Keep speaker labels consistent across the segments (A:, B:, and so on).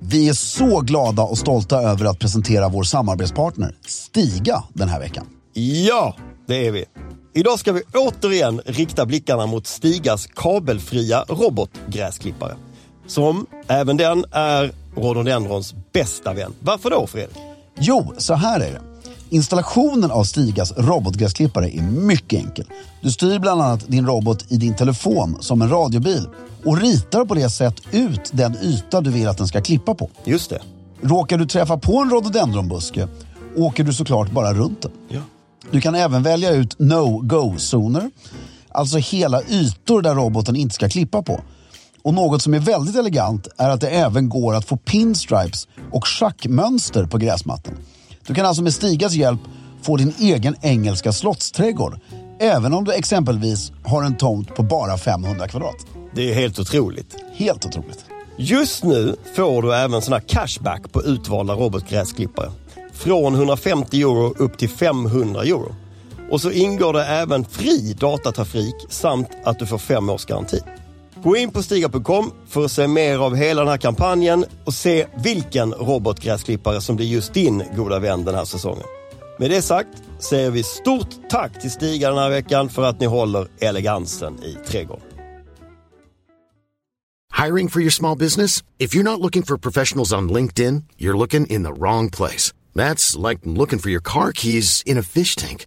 A: Vi är så glada och stolta över att presentera vår samarbetspartner Stiga den här veckan.
B: Ja, det är vi. Idag ska vi återigen rikta blickarna mot Stigas kabelfria robotgräsklippare. Som även den är rhododendrons bästa vän. Varför då Fredrik?
A: Jo, så här är det. Installationen av Stigas robotgräsklippare är mycket enkel. Du styr bland annat din robot i din telefon som en radiobil och ritar på det sätt ut den yta du vill att den ska klippa på.
B: Just det.
A: Råkar du träffa på en rhododendronbuske åker du såklart bara runt den.
B: Ja.
A: Du kan även välja ut no-go-zoner, alltså hela ytor där roboten inte ska klippa på. Och något som är väldigt elegant är att det även går att få pinstripes och schackmönster på gräsmattan. Du kan alltså med Stigas hjälp få din egen engelska slottsträdgård, även om du exempelvis har en tomt på bara 500 kvadrat.
B: Det är helt otroligt.
A: Helt otroligt.
B: Just nu får du även sån här cashback på utvalda robotgräsklippare. Från 150 euro upp till 500 euro. Och så ingår det även fri datatrafik samt att du får fem års garanti. Gå in på stiga.com för att se mer av hela den här kampanjen och se vilken robotgräsklippare som blir just din goda vän den här säsongen. Med det sagt säger vi stort tack till Stiga den här veckan för att ni håller elegansen i trädgården.
C: Hiring for your small business? If you're not looking for professionals on LinkedIn, you're looking in the wrong place. That's like looking for your car keys in a fish tank.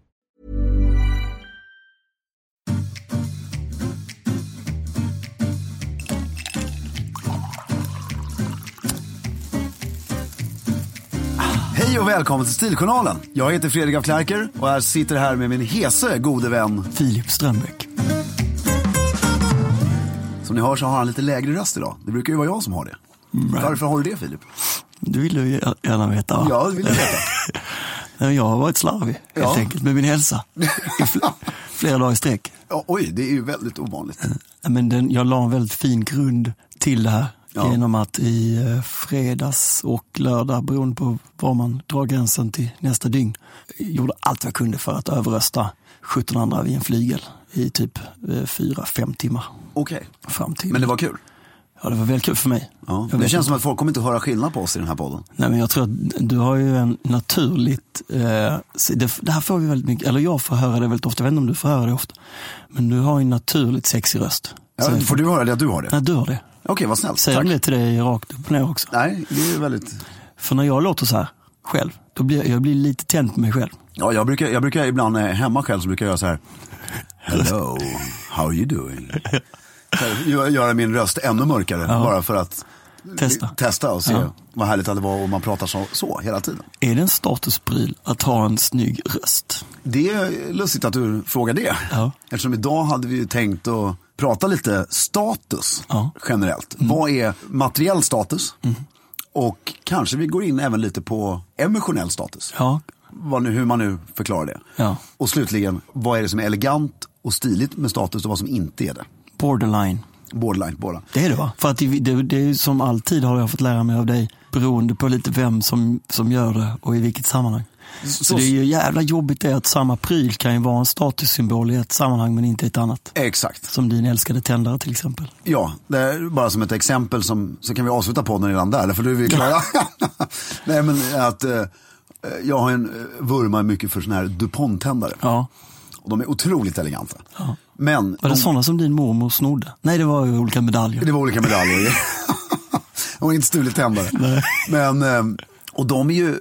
A: Hej och välkommen till Stiljournalen. Jag heter Fredrik af Klerker och jag sitter här med min hese gode vän Filip Strömbäck. Som ni hör så har han lite lägre röst idag. Det brukar ju vara jag som har det. Varför har du det Filip?
D: Mm, Du vill ju gärna veta va?
A: Ja, det vill jag veta.
D: Nej, Jag har varit slarvig helt
A: Ja.
D: enkelt med min hälsa. I fl- flera dagar i sträck.
A: Ja, oj, det är ju väldigt ovanligt.
D: Nej, Men den, jag la en väldigt fin grund till det här.
A: Ja.
D: Genom att i eh, fredags och lördag, beroende på var man drar gränsen till nästa dygn, gjorde allt jag kunde för att överrösta 17 andra vid en flygel i typ 4-5 timmar
A: Okej,
D: fram till.
A: men det var kul.
D: Ja, det var väldigt kul för mig.
A: Ja.
D: Jag
A: Det
D: vet
A: känns som att folk kommer inte att höra skillnad på oss i den här podden.
D: Nej, men jag tror att du har ju en naturligt, eh, se- det, det här får vi väldigt mycket, eller jag får höra det väldigt ofta, jag vet inte om du får höra det ofta. Men du har ju en naturligt sexig röst.
A: Ja, får du höra det att du har det?
D: Nej, du har det.
A: Okej, vad snällt.
D: Säger
A: Tack.
D: de det till dig rakt upp och ner också?
A: Nej, det är ju väldigt...
D: För när jag låter så här själv, då blir jag, jag blir lite tänd på mig själv.
A: Ja, jag brukar, jag brukar ibland eh, hemma själv så brukar jag göra så här. Hello, how are you doing? Så här, gö- Göra min röst ännu mörkare bara för att
D: Testa.
A: testa och se
D: Ja.
A: vad härligt att det var om man pratar så, så hela tiden.
D: Är det en statuspryl att ha en snygg röst?
A: Det är lustigt att du frågar det.
D: Ja.
A: Eftersom idag hade vi ju tänkt att prata lite status
D: Ja. Mm.
A: generellt. Vad är materiell status? Och kanske vi går in även lite på emotionell status.
D: Ja,
A: Vad nu, hur man nu förklarar det.
D: Ja.
A: Och slutligen, vad är det som är elegant och stiligt med status och vad som inte är det?
D: borderline.
A: Borderline, båda.
D: Det är det va? För att det, det, det är ju som alltid har jag fått lära mig av dig, beroende på lite vem som, som gör det och i vilket sammanhang. Så, det är ju jävla jobbigt det att samma pryl kan ju vara en statussymbol i ett sammanhang men inte i ett annat.
A: Exakt.
D: Som din älskade tändare till exempel.
A: Ja, det är bara som ett exempel som, så kan vi avsluta podden redan där, för då är vi klara. Nej, men att eh, jag har en eh, vurmar mycket för sådana här DuPont-tändare.
D: Ja.
A: Och de är otroligt eleganta. Men
D: Var det
A: de,
D: sådana som din mormor snodde? Nej, det var ju olika medaljer.
A: det var olika medaljer. de har inte stulit tändare. Men, eh, och de är ju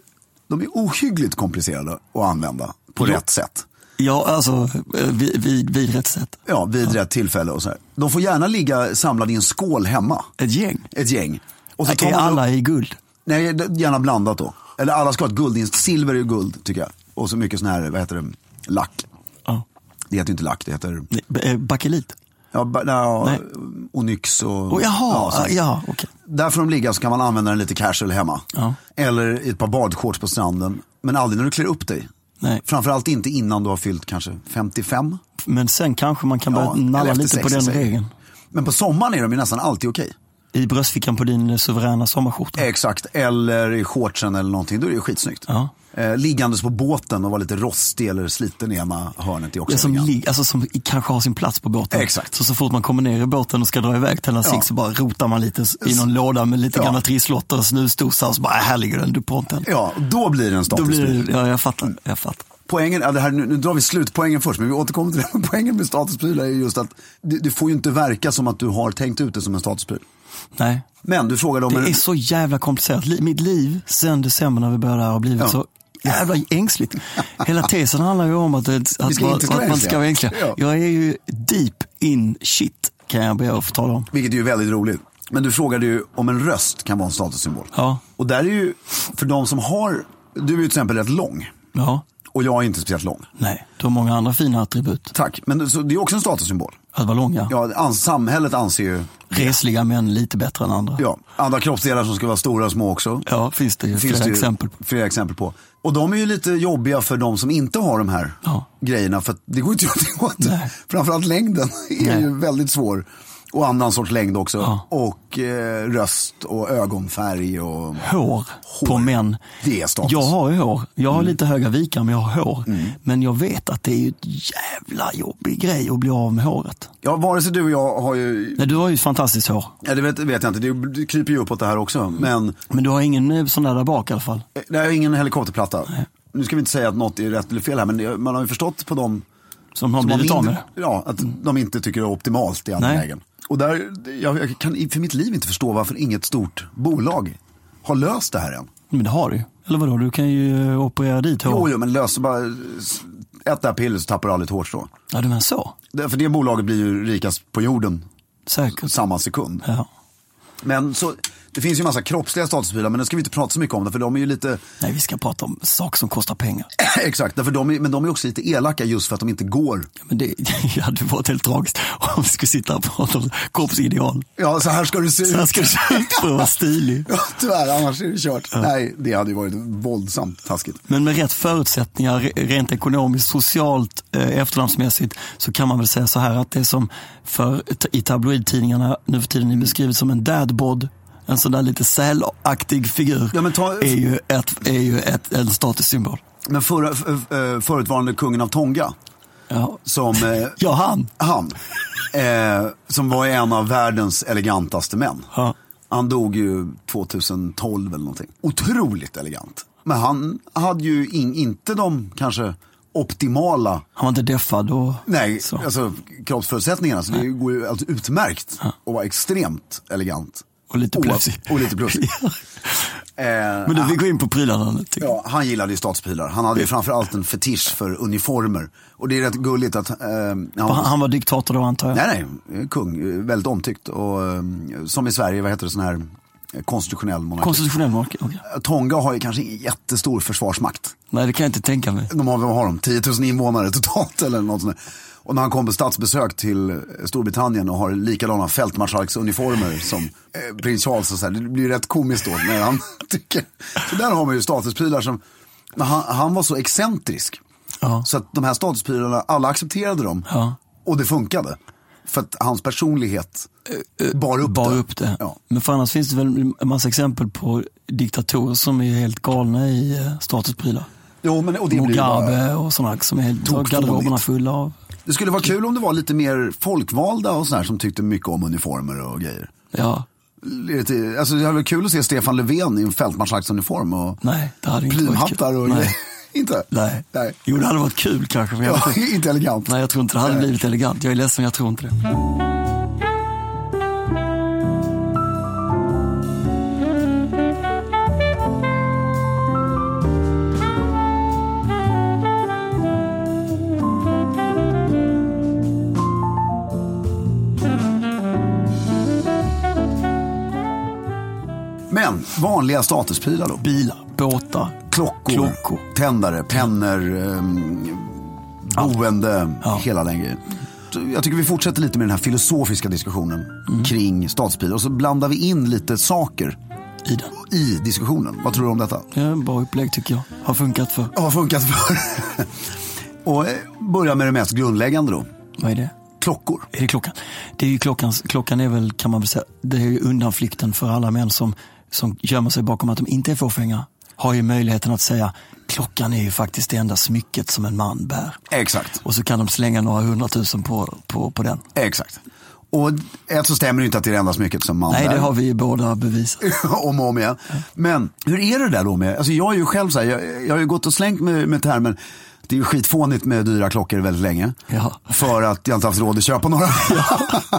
A: de är ohyggligt komplicerade att använda på
D: Ja.
A: rätt sätt.
D: Ja, alltså eh, vid, vid, vid rätt sätt.
A: Ja, vid rätt tillfälle och så här. De får gärna ligga samlade i en skål hemma,
D: Ett gäng.
A: ett gäng. Och så
D: Är
A: tar man upp-
D: alla i guld?
A: Nej, det- gärna blandat då. Eller alla ska ha ett guldinst. Silver är ju guld, tycker jag. Och så mycket sån här, vad heter det, lack.
D: Ja.
A: Det heter ju inte lack, det heter...
D: Nej, b- eh, Bakelit?
A: Ja, ba- ja,
D: Nej.
A: Onyx och...
D: Oh, jaha,
A: Ja,
D: ja,
A: sånt.
D: ja okej.
A: Där får de ligga så kan man använda den lite casual hemma.
D: Ja.
A: Eller i ett par badshorts på stranden. Men aldrig när du klär upp dig.
D: Nej.
A: Framförallt inte innan du har fyllt kanske 55.
D: upp. Men sen kanske man kan börja
A: Ja, eller
D: nalla
A: efter
D: lite på
A: sex,
D: den
A: säger jag.
D: regeln.
A: Men på sommaren är de ju nästan alltid okej.
D: I bröstfickan på din eh, suveräna sommarskjorta.
A: Exakt, eller i shortsen eller någonting. Då är det ju skitsnyggt.
D: Ja.
A: Eh, liggandes på båten och vara lite rostig eller sliten i ena hörnet är också
D: Det som,
A: elegant.
D: lig- alltså, som i- kanske har sin plats på båten.
A: Exakt.
D: Så, så fort man kommer ner i båten och ska dra iväg till en
A: Ja.
D: ja. så bara rotar man lite s- i någon låda med lite
A: Ja.
D: gamla trisslotter och snusdosor och så bara, "Äh, här ligger den, du på inte den.
A: Ja, då blir det en
D: Då
A: status.
D: blir det, ja, jag fattar. Jag fattar.
A: Poängen, ja, det här, nu, nu drar vi slutpoängen först, men vi återkommer till det. Men Poängen med statusprylar är just att det, det får ju inte verka som att du har tänkt ut det som en statuspryl.
D: Nej.
A: Men du frågade om...
D: Det
A: en-
D: är så jävla komplicerat. Li- Mitt liv sen december när vi började här har blivit
A: Ja.
D: så jävla ängsligt. Hela tesen handlar ju om att, att, att,
A: ska
D: man-
A: inte vara
D: att man
A: ängsliga.
D: ska vara ängslig.
A: Ja.
D: Jag är ju deep in shit kan jag be att få tala om.
A: Vilket är ju väldigt roligt. Men du frågade ju om en röst kan vara en statussymbol.
D: Ja.
A: Och där är ju, för de som har, du är ju till exempel rätt lång.
D: Ja,
A: Och jag är inte speciellt lång.
D: nej. Du har många andra fina attribut.
A: Tack, men så, det är också en statussymbol.
D: Att vara långa.
A: Ja, an, samhället anser ju,
D: Resliga män lite bättre än andra.
A: ja, andra kroppsdelar som ska vara stora och små också.
D: Ja, finns det ju
A: finns
D: flera
A: det ju
D: exempel på.
A: flera exempel på. Och de är ju lite jobbiga för de som inte har de här
D: Ja.
A: grejerna. För att det går inte att göra någonting åt.
D: Nej.
A: Framförallt längden är
D: Nej.
A: ju väldigt svår. Och annan sorts längd också.
D: Ja.
A: Och eh, röst och ögonfärg och...
D: Hår, på män.
A: Det är status.
D: Jag har ju hår. Jag har
A: Mm.
D: lite höga vikar men jag har hår. Men jag vet att det är ju ett jävla jobbig grej att bli av med håret.
A: Ja, vare sig du och jag har ju...
D: Nej, du har ju ett fantastiskt hår.
A: Ja, det vet, vet jag inte, det, det kryper ju uppåt det här också. Men
D: Men du har ingen eh, sån där där bak i alla fall?
A: eh, det här är ingen helikopterplatta. Nu ska vi inte säga att något är rätt eller fel här, men det, man har ju förstått på dem
D: Som har
A: Som har
D: blivit av med det?
A: mindre- Ja, att de inte tycker det är optimalt i alla
D: Mm. Nej.
A: lägen. Och där, jag, jag kan i- för mitt liv inte förstå varför inget stort bolag har löst det här än.
D: Men det har du ju. Eller vadå, du kan ju eh, operera dit hår.
A: Jo, jo, men löser bara, s- ät det här pillret så tappar du aldrig ditt hårstrå.
D: Ja, du menar så?
A: Det- För det bolaget blir ju rikast på jorden
D: Säkert.
A: samma sekund.
D: Ja.
A: Men så, det finns ju en massa kroppsliga statusbilar, men det ska vi inte prata så mycket om, för de är ju lite,
D: Nej, vi ska prata om saker som kostar pengar.
A: exakt, därför de är, men de är också lite elaka just för att de inte går.
D: Ja, Men det, det hade varit helt tragiskt om vi skulle sitta och prata om kroppsideal.
A: Ja, så här ska du se
D: Så här
A: ut.
D: ska du se ut för att vara stilig.
A: Ja, tyvärr, annars är det kört. Nej, det hade ju varit våldsamt taskigt.
D: Men med rätt förutsättningar, re- rent ekonomiskt, socialt, eh, efterlandsmässigt, så kan man väl säga så här att det som för, i tabloidtidningarna nu för tiden är beskrivet som en dadbod, en sån där lite sälaktig figur,
A: Ja, men ta-
D: är ju, ett, är ju ett, en statussymbol.
A: Men förra, f- f- eh, förutvarande kungen av Tonga,
D: Ja.
A: som eh,
D: ja, han.
A: han, eh, som var en av världens elegantaste män.
D: Ja.
A: Han dog ju 2012 eller någonting. Otroligt elegant. Men han hade ju in, inte de kanske optimala
D: Han var inte deffad och
A: nej,
D: så.
A: alltså, kroppsförutsättningarna. Så det går ju alltså utmärkt och var extremt elegant.
D: Och lite
A: Oav-
D: plussig.
A: Och lite plussig. Eh,
D: Men du, vi går in på prylarna nu. tycker jag.
A: Ja, han gillade ju stadsprylar. Han hade ju framförallt en fetisch för uniformer. Och det är rätt gulligt att... Eh, han,
D: Han, han var diktator då antar jag?
A: Nej, nej, kung. eh, Väldigt omtyckt. Och, eh, som i Sverige, vad heter det, sån här eh, konstitutionell monarki.
D: Konstitutionell mark? okej.
A: Tonga har ju kanske ingen jättestor försvarsmakt.
D: Nej, det kan jag inte tänka mig.
A: De har, vad har de? 10 000 invånare totalt eller något sånt där. Och när han kom på statsbesök till eh, Storbritannien och har likadana fältmarskalksuniformer som eh, prins Charles och så här. Det blir ju rätt komiskt då när han tycker. Så där har man ju statusprylar som, men han, han var så excentrisk.
D: Ja.
A: Så att de här statusprylarna, alla accepterade dem.
D: Ja.
A: Och det funkade. För att hans personlighet bar upp
D: Eh, bar
A: det.
D: upp det.
A: Ja.
D: Men för annars finns det väl en massa exempel på diktatorer som är helt galna i eh, statusprylar.
A: Jo, men, och det blir ju bara...
D: Mugabe och sådana som är helt
A: Tokstolligt.
D: garderoberna fulla av.
A: Det skulle vara kul om det var lite mer folkvalda och sådär som tyckte mycket om uniformer och grejer.
D: Ja,
A: Lite, alltså det hade varit kul att se Stefan Löfven i en fältmarskalksuniform och
D: nej, det hade inte varit
A: plymhattar
D: kul.
A: och
D: nej.
A: Inte?
D: nej.
A: Nej.
D: Jo, det hade varit kul kanske. Men jag,
A: Ja, inte elegant.
D: Nej, jag tror inte det hade blivit elegant. Jag är ledsen, jag tror inte det.
A: Men vanliga statusprylar då?
D: Bilar, båtar,
A: Klockor,
D: Klockor.
A: tändare, pennor, ehm, boende,
D: Ja.
A: hela den grejen. Så Jag tycker vi fortsätter lite med den här filosofiska diskussionen
D: Mm.
A: kring statusprylar och så blandar vi in lite saker
D: i den.
A: i diskussionen. Vad tror du om detta?
D: Det är en bra upplägg tycker jag. Har funkat för.
A: har funkat för. Och eh, börja med det mest grundläggande då.
D: Vad är det?
A: Klockor.
D: Är det klockan? Det är ju klockans, klockan är väl, kan man väl säga, det är ju undanflykten för alla män som, som gömmer sig bakom att de inte är fåfänga. Har ju möjligheten att säga, klockan är ju faktiskt det enda smycket som en man bär.
A: Exakt.
D: Och så kan de slänga några hundratusen på, på, på den.
A: Exakt. Och ett så stämmer det inte att det är det enda smycket som man
D: Nej,
A: bär.
D: det har vi ju båda bevisat.
A: om och om igen. Men hur är det där då med, alltså jag är ju själv så här, jag, jag har ju gått och slängt med, med termen, det är ju skitfånigt med dyra klockor väldigt länge.
D: Ja.
A: För att jag inte haft råd att köpa några.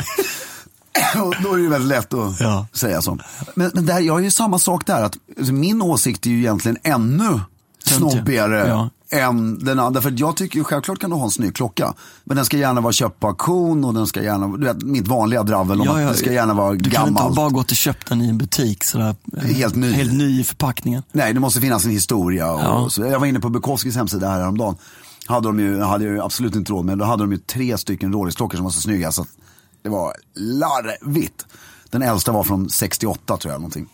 A: Och då är det ju väldigt lätt att
D: Ja.
A: säga så. Men, men där, jag är ju samma sak där, att alltså, min åsikt är ju egentligen ännu snobbigare
D: Ja.
A: än den andra. För att jag tycker ju självklart kan du ha en snygg klocka. Men den ska gärna vara köpt på auktion och den ska gärna, du vet mitt vanliga dravel om att det ska gärna vara
D: du kan inte ha
A: gammalt.
D: bara gått och köpt den i en butik sådär, eh,
A: Helt ny.
D: helt ny i förpackningen.
A: Nej, det måste finnas en historia. Och,
D: Ja.
A: så jag var inne på Bukowskis hemsida här häromdagen. Hade de ju, hade jag ju absolut inte råd med, då hade de ju tre stycken Rolex-klockor som var så snygga så att det var larvigt. Den äldsta var från 68 tror jag någonting.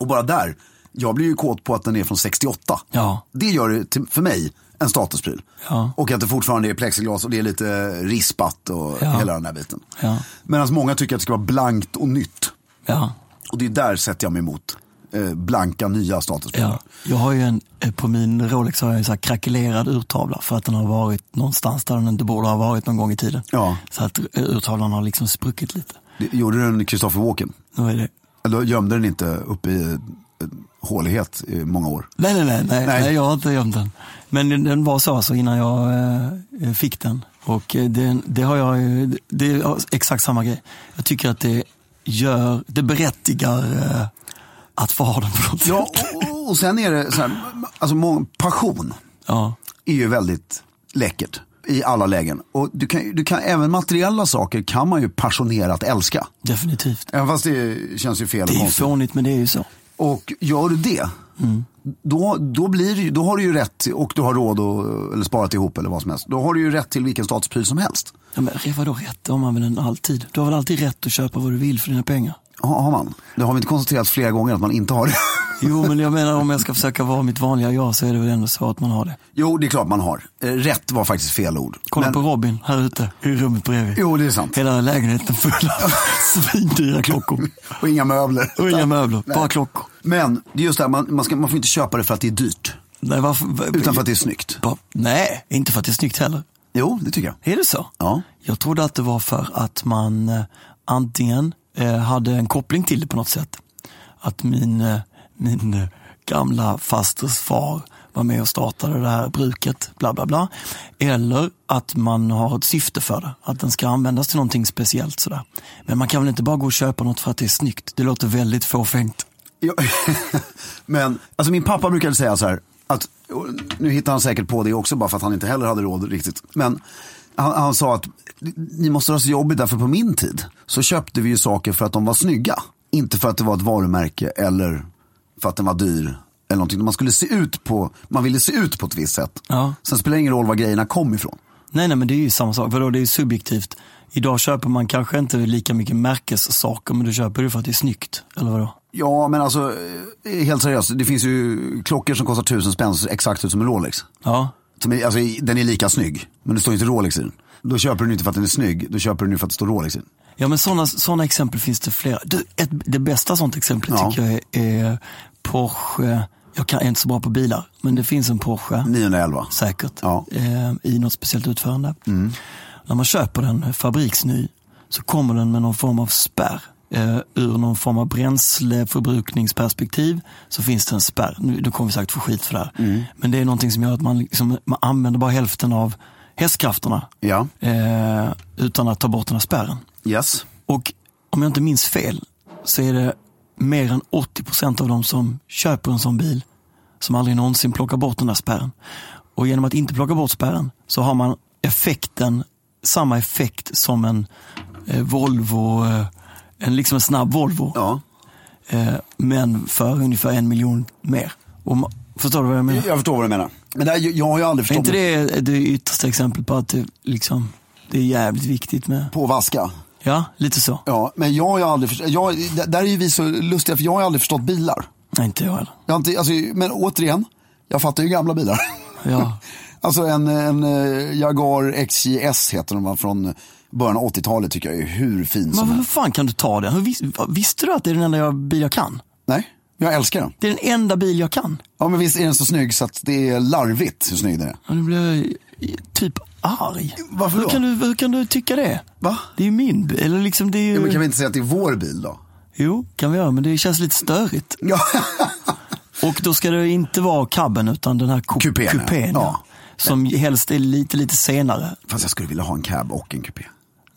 A: Och bara där, jag blir ju kåt på att den är från 68.
D: Ja.
A: Det gör det till, för mig en statuspryl.
D: Ja.
A: Och att det fortfarande är plexiglas och det är lite rispat och
D: Ja.
A: hela den här biten.
D: Ja.
A: Medan många tycker att det ska vara blankt och nytt.
D: Ja,
A: Och det är där sätter jag mig emot eh, blanka nya statusprylar.
D: ja. Jag har ju en, eh, på min Rolex har jag en så här krackelerad urtavla för att den har varit någonstans där den inte borde ha varit någon gång i tiden.
A: Ja.
D: Så att eh, urtavlan har liksom spruckit lite.
A: Det- Gjorde du en Christopher Walken?
D: Nu är det...
A: Eller gömde den inte uppe i eh, hålighet i många år?
D: Nej, nej, nej, nej,
A: Nej.
D: nej, jag har inte gömt den. Men den, den var så alltså innan jag eh, fick den. Och eh, den, det har jag ju- det är exakt samma grej. Jag tycker att det gör, det berättigar eh, att få ha den på något
A: Ja,
D: sätt.
A: och, och sen är det så här, alltså må- passion
D: Ja,
A: är ju väldigt läckert i alla lägen. Och du kan, du kan, även materiella saker kan man ju passionerat älska.
D: definitivt.
A: Även fast det känns ju fel och
D: Det är ju
A: konstigt.
D: fånigt men det är ju så.
A: Och gör du det, Mm. då, då, blir det ju, då har du ju rätt och du har råd och, eller sparat ihop eller vad som helst. Då har du ju rätt till vilken statuspryl som helst.
D: Ja, men vadå rätt? Det har man väl en alltid? Du har väl alltid rätt att köpa vad du vill för dina pengar?
A: Ha, har man? Det har vi inte konstaterat flera gånger att man inte har det.
D: Jo, men jag menar om jag ska försöka vara mitt vanliga jag så är det väl ändå så att man har det.
A: Jo, det är klart man har. Eh, Rätt var faktiskt fel ord.
D: Kolla
A: Men-
D: på Robin här ute i rummet bredvid.
A: Jo, det är sant.
D: Hela lägenheten full av svindyra klockor.
A: Och inga möbler.
D: Och inga möbler,
A: Nej.
D: bara klockor.
A: Men det är just det här, man, man, ska, man får inte köpa det för att det är dyrt.
D: Nej, varför? va-
A: Utan för att det är snyggt.
D: Bara- Nej, inte för att det är snyggt heller.
A: Jo, det tycker jag.
D: Är det så?
A: Ja.
D: Jag trodde att det var för att man eh, antingen eh, hade en koppling till det på något sätt. Att min, eh, min eh, gamla fasters far var med och startade det här bruket, bla bla bla. Eller att man har ett syfte för det, att den ska användas till någonting speciellt sådär. Men man kan väl inte bara gå och köpa något för att det är snyggt? Det låter väldigt fåfängt.
A: Ja, men alltså min pappa brukade säga så här, att, och nu hittar han säkert på det också bara för att han inte heller hade råd riktigt. Men han, han sa att ni måste ha så jobbigt därför på min tid så köpte vi ju saker för att de var snygga. Inte för att det var ett varumärke eller för att den var dyr. Eller någonting. Man, skulle se ut på, man ville se ut på ett visst sätt.
D: Ja.
A: Sen spelar det ingen roll var grejerna kom ifrån.
D: Nej, nej, men det är ju samma sak. Vadå, det är ju subjektivt. Idag köper man kanske inte lika mycket märkessaker, men du köper det för att det är snyggt. Eller vadå?
A: Ja men alltså eh, helt seriöst, det finns ju klockor som kostar tusen spänn som ser exakt ut som en Rolex.
D: Ja,
A: Som är, alltså, i- den är lika snygg, men det står inte Rolex i den. Då köper du den inte för att den är snygg, då köper du den ju för att det står Rolex i den.
D: ja men sådana såna exempel finns det flera. Du, ett, det bästa sånt exemplet
A: Ja.
D: tycker jag är, är Porsche. Jag kan, är inte så bra på bilar, men det finns en Porsche,
A: 911.
D: säkert,
A: Ja. Mm.
D: eh, i något speciellt utförande. När man köper den eh, fabriksny så kommer den med någon form av spärr. Eh, ur någon form av bränsleförbrukningsperspektiv så finns det en spärr. Nu då kommer vi säkert få skit för det här.
A: Mm.
D: Men det är någonting som gör att man, liksom, man använder bara hälften av hästkrafterna
A: Ja,
D: eh, utan att ta bort den här spärren.
A: yes.
D: Och om jag inte minns fel så är det mer än 80% av de som köper en sån bil som aldrig någonsin plockar bort den där spärren. Och genom att inte plocka bort spärren så har man effekten, samma effekt som en eh, Volvo, eh, en, liksom en snabb Volvo,
A: Ja.
D: eh, men för ungefär en miljon mer. Och ma- förstår du vad jag menar?
A: Jag förstår vad du menar. Men det här, jag har ju aldrig
D: Är
A: förstått
D: inte
A: mig
D: det det yttersta exempel på att det, liksom, det är jävligt viktigt med...
A: på att vaska.
D: Ja, lite så.
A: Ja, men jag har ju aldrig förstått, jag, d- där är ju vi så lustiga för jag har ju aldrig förstått bilar.
D: Nej, inte jag heller.
A: Jag har inte, alltså, men återigen, jag fattar ju gamla bilar.
D: Ja.
A: Alltså en, en eh, Jaguar XJS heter den va, från början av 80-talet tycker jag är hur fin som
D: Men hur
A: helst.
D: fan kan du ta den? Hur vis, visste du att det är den enda jag- bil jag kan?
A: Nej, jag älskar den.
D: Det är den enda bil jag kan.
A: Ja men visst är den så snygg så att det är larvigt hur snygg den är.
D: Och nu blir jag i- typ arg.
A: Varför
D: hur
A: då?
D: Kan du, hur kan du tycka det?
A: Va?
D: Det är ju min bil. Eller liksom det är ju...
A: Ja, men kan vi inte säga att det är vår bil då?
D: Jo, kan vi göra, men det känns lite störigt.
A: Ja,
D: Och då ska det inte vara cabben utan den här ku-
A: Kupén, ja.
D: kupén.
A: Ja.
D: Ja. Som helst är lite, lite senare.
A: fast jag skulle vilja ha en cab och en kupé.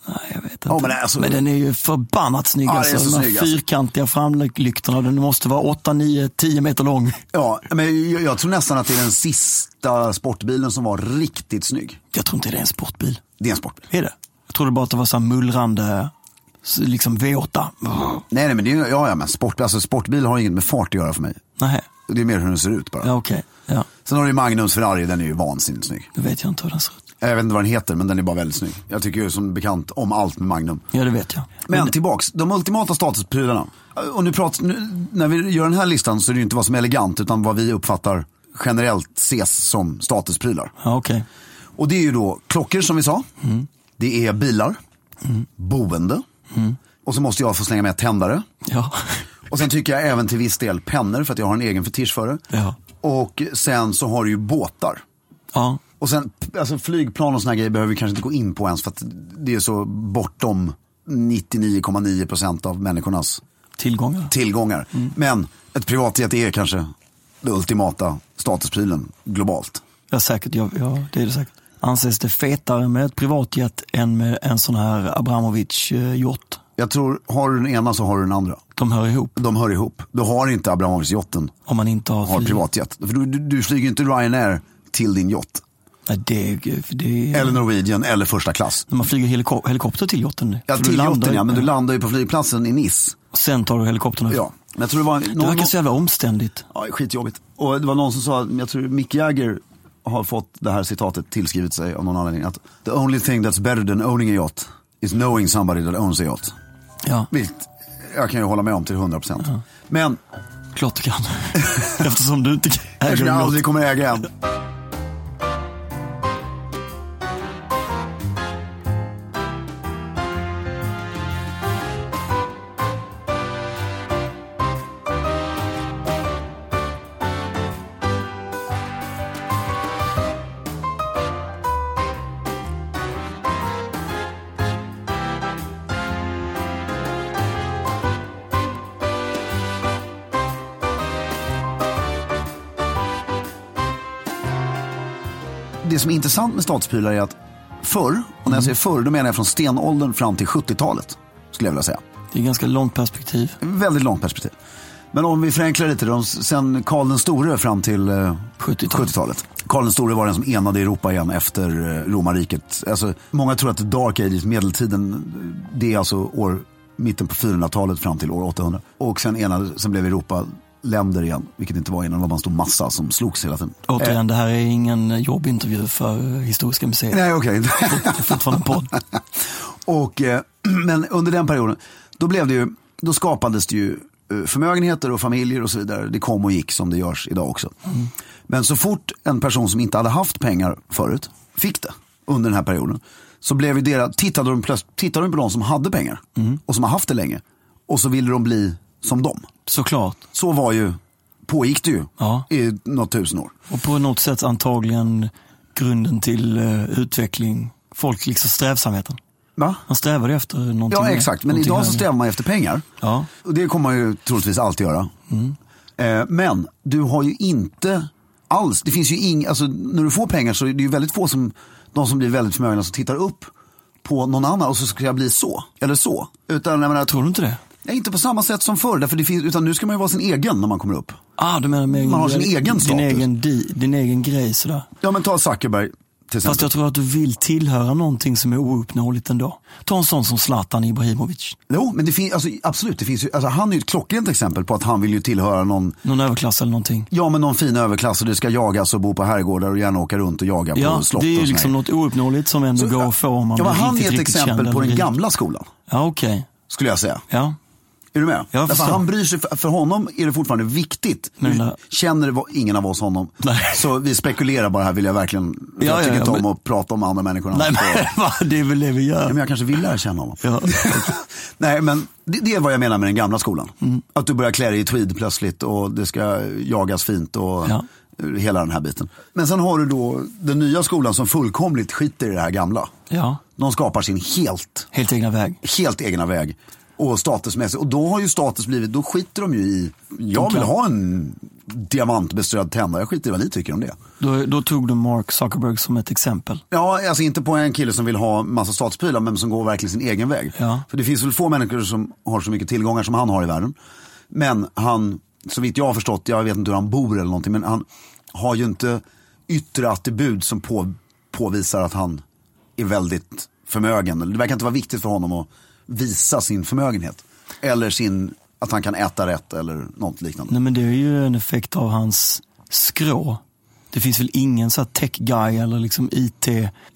D: Nej, jag vet inte.
A: Ja, men alltså-
D: den är ju förbannat snygg.
A: Ja, det är så
D: alltså, de här
A: snygg, alltså.
D: fyrkantiga framlyktorna, den måste vara 8, 9, 10 meter lång.
A: Ja, men jag, jag tror nästan att det är den sista sportbilen som var riktigt snygg.
D: Jag tror inte det är en sportbil.
A: Det är en sportbil.
D: Är det? Jag trodde bara att det var så här mullrande, s- liksom V8.
A: Nej, nej men det är, ja, ja, men sport, alltså, sportbil har inget med fart att göra för mig.
D: Nej,
A: Det är mer hur den ser ut bara.
D: ja okej. Ja,
A: Sen har du ju Magnums Ferrari, den är ju vansinnigt snygg.
D: nu vet jag inte hur den ser ut.
A: Jag vet inte vad den heter, men den är bara väldigt snygg. Jag tycker ju som bekant om allt med Magnum.
D: Ja, det vet jag.
A: Men tillbaks, de ultimata statusprylarna. Och nu pratar, nu, när vi gör den här listan så är det ju inte vad som är elegant, utan vad vi uppfattar generellt ses som statusprylar.
D: Ja, okej.
A: Och det är ju då klockor som vi sa. Det är bilar, boende. Och så måste jag få slänga med tändare.
D: Ja.
A: Och sen tycker jag även till viss del pennor för att jag har en egen fetisch för det.
D: Ja.
A: Och sen så har du ju båtar.
D: ja.
A: Och sen p- alltså flygplan och såna här grejer behöver vi kanske inte gå in på ens för att det är så bortom 99,9% av människornas
D: Tillgångar.
A: tillgångar. Men ett privatjet är kanske den ultimata statusprylen globalt.
D: Ja, säkert. Ja, ja, det är det säkert. Anses det fetare med ett privatjet än med en sån här Abramovic-yacht?
A: Jag tror, har du den ena så har du den andra.
D: De hör ihop
A: De hör ihop. Du har inte Abramovic-yachten,
D: om man inte har,
A: har
D: flyg.
A: privatjet. För du, du, du flyger ju inte Ryanair till din yacht.
D: Nej, det, är- det, är
A: Eller Norwegian eller första klass.
D: När man flyger heliko- helikopter till yachten. nu.
A: Ja,
D: För
A: till
D: du landar
A: yachten
D: ju-
A: ja, men du landar ju på flygplatsen i Nice.
D: Och sen tar du helikoptern ut.
A: Ja, men jag tror det var...
D: Det
A: någon-
D: verkar så jävla omständigt.
A: Ja, skitjobbigt. Och det var någon som sa, men jag tror Mick Jagger har fått det här citatet tillskrivet sig av någon anledning. Att the only thing that's better than owning a yacht is knowing somebody that owns a yacht.
D: Ja,
A: Vilket jag kan ju hålla med om till 100%. Men
D: klart du kan. Eftersom du inte äger
A: eftersom jag aldrig
D: något.
A: kommer äga en. Det som är intressant med statusprylar är att förr, och när jag säger förr då menar jag från stenåldern fram till 70-talet. Skulle jag vilja säga.
D: Det är ganska långt perspektiv.
A: Väldigt långt perspektiv. Men om vi förenklar lite, de, sen Karl den store fram till eh,
D: 70-talet.
A: 70-talet. Karl den store var den som enade Europa igen efter eh, romarriket. Alltså, många tror att the dark ages, medeltiden, det är alltså år, mitten på 400-talet fram till år 800. Och sen, enade, sen blev Europa länder igen, vilket inte var innan, det var bara en stor massa som slogs hela tiden.
D: Återigen, det här är ingen jobbintervju för Historiska museet.
A: Nej, okej.
D: Det är fortfarande en podd.
A: Och, eh, men under den perioden, då, blev det ju, då skapades det ju eh, förmögenheter och familjer och så vidare. Det kom och gick som det görs idag också. Men så fort en person som inte hade haft pengar förut fick det under den här perioden. Så blev ju deras, tittade, de plöts- tittade de på de som hade pengar och som har haft det länge. Och så ville de bli som dem.
D: Såklart.
A: Så var ju, pågick det ju
D: Ja.
A: i något tusen år.
D: Och på något sätt antagligen grunden till eh, utveckling, folk liksom strävsamheten.
A: Va?
D: Man strävade efter någonting.
A: Ja exakt, men
D: någonting
A: idag så
D: högre.
A: strävar man efter pengar.
D: Ja. Mm.
A: Och det kommer man ju troligtvis alltid göra. Eh, men du har ju inte alls, det finns ju ing, alltså när du får pengar så är det ju väldigt få som, de som blir väldigt förmögna som tittar upp på någon annan och så ska jag bli så, eller så. Utan jag menar,
D: Tror du inte det?
A: nej, inte på samma sätt som förr, därför det finns, utan nu ska man ju vara sin egen när man kommer upp.
D: Ah, du menar med
A: Man har sin egen
D: din
A: status.
D: egen, di, din egen grej sådär.
A: Ja men ta Zuckerberg till exempel.
D: Fast jag tror att du vill tillhöra någonting som är ouppnåeligt ändå. Ta en sån som Zlatan Ibrahimovic.
A: Jo, men det finns, alltså, absolut, det finns ju, alltså, han är ju ett klockrent exempel på att han vill ju tillhöra någon
D: Någon överklass eller någonting.
A: Ja men någon fin överklass och det ska jagas och bo på herrgårdar och gärna åka runt och jaga
D: Ja,
A: på slott
D: det är
A: och
D: ju
A: såna
D: liksom
A: grejer.
D: något ouppnåeligt som ändå går att få om man
A: ja, men
D: blir
A: Han
D: riktigt,
A: är ett
D: riktigt känd
A: exempel på
D: eller
A: den
D: rik.
A: gamla skolan,
D: Ja, okej.
A: skulle jag säga.
D: Ja.
A: Är du med?
D: Jag
A: Därför
D: förstår.
A: han bryr sig, för, för honom är det fortfarande viktigt.
D: Men
A: Nu
D: när-
A: känner vad- ingen av oss honom.
D: Nej.
A: Så vi spekulerar bara här, vill jag verkligen.
D: Ja,
A: jag
D: ja,
A: tycker
D: ja,
A: inte om
D: men-
A: att prata om andra människor.
D: Nej, men va, det är väl det vi
A: Ja,
D: gör.
A: men jag kanske vill lära känna honom.
D: Ja.
A: Nej, men det, det är vad jag menar med den gamla skolan. Att du börjar klä dig i tweed plötsligt och det ska jagas fint och
D: Ja.
A: hela den här biten. Men sen har du då den nya skolan som fullkomligt skiter i det här gamla.
D: Ja,
A: De skapar sin helt,
D: helt egna väg.
A: helt egna väg. Och statusmässigt. Och då har ju status blivit, då skiter de ju i, jag vill ha en diamantbeströdd tändare, jag skiter i vad ni tycker om det.
D: Då, då tog du Mark Zuckerberg som ett exempel.
A: Ja, alltså inte på en kille som vill ha massa statsprylar men som går verkligen sin egen väg.
D: Ja.
A: För det finns väl få människor som har så mycket tillgångar som han har i världen. Men han, så vitt jag har förstått, jag vet inte hur han bor eller någonting, men han har ju inte yttre attityd som på, påvisar att han är väldigt förmögen. Eller Det verkar inte vara viktigt för honom att visa sin förmögenhet. Eller sin, att han kan äta rätt eller något liknande.
D: Nej, men det är ju en effekt av hans skrå. Det finns väl ingen så här tech guy eller liksom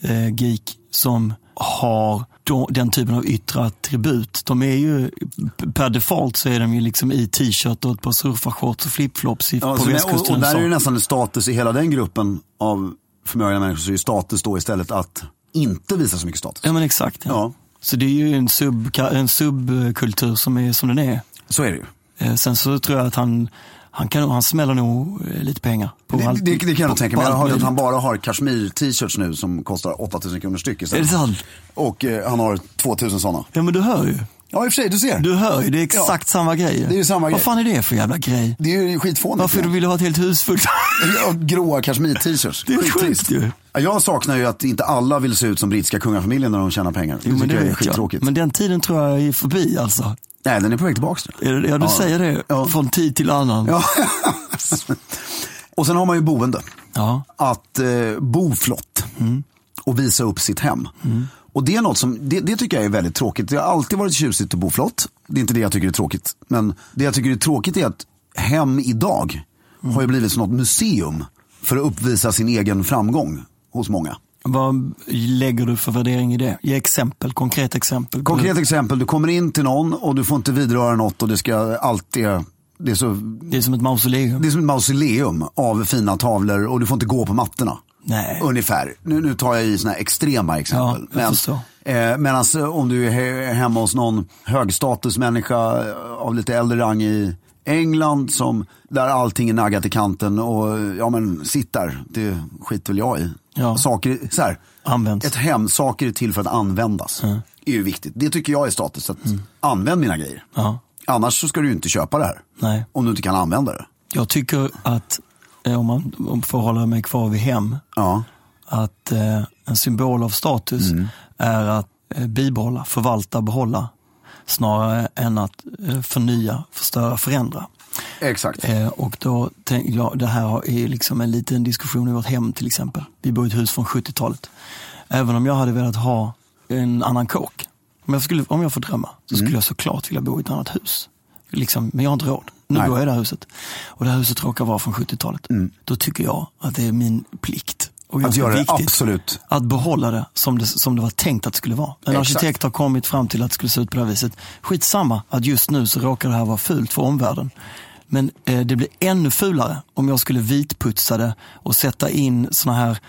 D: IT-geek som har då- den typen av yttre attribut. De är ju, p- per default så är de ju liksom i t-shirt och ett par surfarshorts och flipflops i,
A: Ja,
D: på
A: så det, och,
D: västkusten.
A: och där
D: så.
A: är det nästan en status i hela den gruppen av förmögna människor så är ju status då istället att inte visa så mycket status.
D: Ja men exakt. Ja.
A: Ja.
D: Så det är ju en, sub, en subkultur som är som den är.
A: Så är det ju.
D: Eh, Sen så tror jag att han, han, kan, han smäller nog eh, lite pengar. På
A: Det,
D: allt-
A: det, det kan jag nog
D: på-
A: tänka
D: på
A: mig. Jag
D: allt
A: har hört att
D: möjligt.
A: han bara har kashmir-t-shirts nu som kostar 8000 kronor styck
D: Är
A: istället.
D: det sant?
A: Och eh, han har 2000 sådana.
D: Ja men du hör ju.
A: Ja, i och för sig, du ser.
D: Du hör ju, det är exakt
A: Ja.
D: samma grej.
A: Det är ju samma
D: Vad
A: grej.
D: fan är det för jävla grej?
A: Det är ju skitfånigt.
D: Varför du
A: Ja.
D: vill ha ett helt hus fullt?
A: Ja, Gråa kashmir-t-shirts.
D: Det är
A: Skittrist.
D: sjukt ju.
A: Ja, Jag saknar ju att inte alla vill se ut som brittiska kungafamiljen när de tjänar pengar.
D: Jo,
A: det
D: men
A: tycker
D: det
A: jag är
D: vet
A: skittråkigt.
D: jag. Men den tiden tror jag är förbi alltså.
A: Nej, den är på väg tillbaka nu.
D: Är det, ja, du
A: Ja.
D: säger det
A: Ja.
D: från tid till annan.
A: Ja. och sen har man ju boende.
D: Ja.
A: Att eh, bo flott Mm. och visa upp sitt hem. Och det är något som, det, det tycker jag är väldigt tråkigt. Det har alltid varit tjusigt att bo flott. Det är inte det jag tycker är tråkigt. Men det jag tycker är tråkigt är att hem idag har ju blivit som något museum för att uppvisa sin egen framgång hos många.
D: Vad lägger du för värdering i det? Ge exempel, konkret exempel.
A: Konkret exempel, du kommer in till någon och du får inte vidröra något och det ska alltid, det är så
D: Det är som ett mausoleum.
A: Det är som ett mausoleum av fina tavlor och du får inte gå på mattorna.
D: Nej.
A: Ungefär. Nu, nu tar jag i såna här extrema exempel.
D: Ja, jag förstår.
A: eh, medan eh, om du är he- hemma hos någon högstatusmänniska eh, av lite äldre rang i England som, där allting är naggat i kanten och eh, ja men sitt där, det skiter väl jag i.
D: Ja.
A: Saker, så här,
D: Används.
A: Ett hem, saker är till för att användas. är ju viktigt. Det tycker jag är status, att
D: Mm.
A: använd mina grejer.
D: Ja.
A: Annars så ska du ju inte köpa det här.
D: Nej.
A: Om du inte kan använda det.
D: Jag tycker att, eh, om man om man får hålla mig kvar vid hem,
A: Ja.
D: att eh, en symbol av status är att eh, bibehålla, förvalta, behålla snarare än att eh, förnya, förstöra, förändra.
A: Exakt.
D: Eh, och då tänk, ja, det här är ju liksom en liten diskussion i vårt hem till exempel. Vi bor i ett hus från 70-talet. Även om jag hade velat ha en annan kåk, om jag, skulle, om jag får drömma, så
A: Mm.
D: skulle jag såklart vilja bo i ett annat hus. Liksom, men jag har inte råd. Nu
A: Nej. Mm.
D: bor jag i det här huset. Och det här huset råkar vara från 70-talet. Då tycker jag att det är min plikt. Och
A: Att
D: ganska
A: göra det,
D: viktigt
A: absolut.
D: att behålla det som, det som det var tänkt att det skulle vara. En
A: Exakt.
D: arkitekt har kommit fram till att det skulle se ut på det här viset. Skitsamma att just nu så råkar det här vara fult för omvärlden. Men eh, det blir ännu fulare om jag skulle vitputsa det och sätta in såna här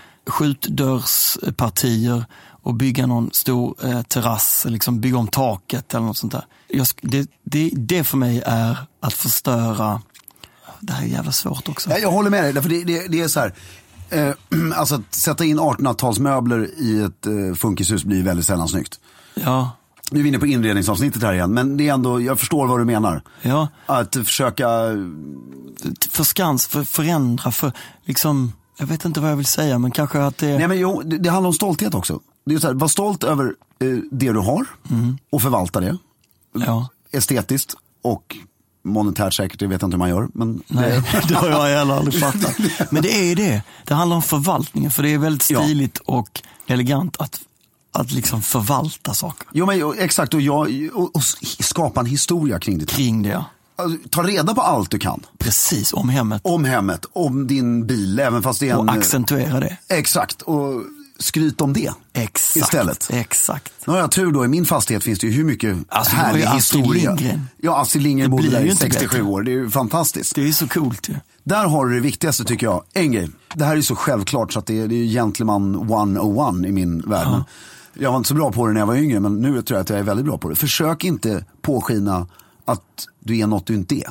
D: skjutdörrspartier och bygga någon stor eh, terrass, liksom bygga om taket eller något sånt där. Jag, sk- det, det, det för mig är att förstöra, det här är jävla svårt också.
A: Jag, jag håller med dig, därför det, det, det är så här. Eh, alltså att sätta in 1800-talsmöbler i ett eh, funkishus blir väldigt sällan snyggt.
D: Ja,
A: Nu är vi inne på inredningsavsnittet här igen, men det är ändå, jag förstår vad du menar.
D: ja.
A: Att försöka,
D: förskans, för, förändra, för liksom, jag vet inte vad jag vill säga men kanske att det,
A: nej men jo, det, det handlar om stolthet också. Det är så här, var stolt över eh, det du har
D: Mm.
A: och förvalta det.
D: ja.
A: Estetiskt och monetärt säkert, det vet jag inte hur man gör. Men
D: Nej, det har jag heller aldrig fattat. Men det är det. Det handlar om förvaltningen för det är väldigt
A: Ja.
D: stiligt och elegant att, att liksom förvalta saker.
A: Jo men jo, exakt, och, jag, och, och skapa en historia kring det.
D: Kring det, ja.
A: Alltså, ta reda på allt du kan.
D: precis, om hemmet.
A: om hemmet, om din bil, även fast det är en...
D: Och accentuera det.
A: Exakt, och skryt om det
D: Exakt.
A: istället.
D: Exakt.
A: Nu har jag tur då, i min fastighet finns det ju hur mycket
D: Alltså, det var
A: härlig
D: ju Astrid
A: historia.
D: Lindgren.
A: Ja, Astrid Lindgren
D: Det
A: bodde
D: blir
A: där
D: ju
A: i
D: inte
A: 67
D: bättre.
A: år. Det är ju fantastiskt.
D: Det är ju så coolt ju.
A: Där har du det viktigaste tycker jag. En grej. Det här är ju så självklart så att det är, det är ju gentleman 101 i min värld. Men Jag var inte så bra på det när jag var yngre men nu tror jag att jag är väldigt bra på det. Försök inte påskina att du är något du inte är.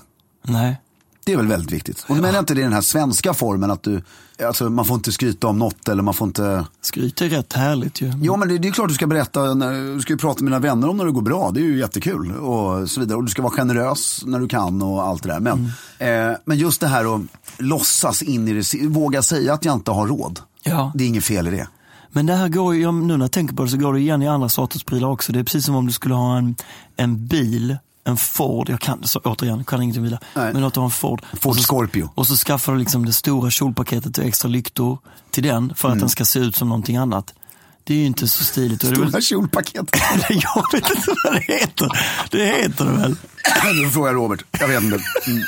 D: Nej.
A: Det är väl väldigt viktigt. Och då menar jag inte det i den här svenska formen att du, alltså man får inte skryta om något eller man får inte.
D: Skryt är rätt härligt ju.
A: Jo men det, det är klart du ska berätta, när, du ska ju prata med dina vänner om när det går bra. Det är ju jättekul och så vidare. Och du ska vara generös när du kan och allt det där. Men,
D: Mm.
A: eh, men just det här att låtsas in i det, si- våga säga att jag inte har råd.
D: Ja.
A: Det är inget fel i det.
D: Men det här går ju, jag- nu när jag tänker på det så går det igen i andra sorters prylar också. Det är precis som om du skulle ha en, en bil, en Ford, jag kan så, återigen, jag kan ingenting om bilar.
A: Nej.
D: Men att du har en Ford.
A: Ford
D: och så,
A: Scorpio.
D: Och så skaffar du liksom det stora kjolpaketet och extra lyktor till den för att
A: Mm.
D: den ska se ut som någonting annat. Det är ju inte så stiligt. Och det är väl-
A: Stora kjolpaket.
D: jag vet inte vad det heter. Det heter det väl.
A: Nu frågar jag Robert, jag vet inte. Mm.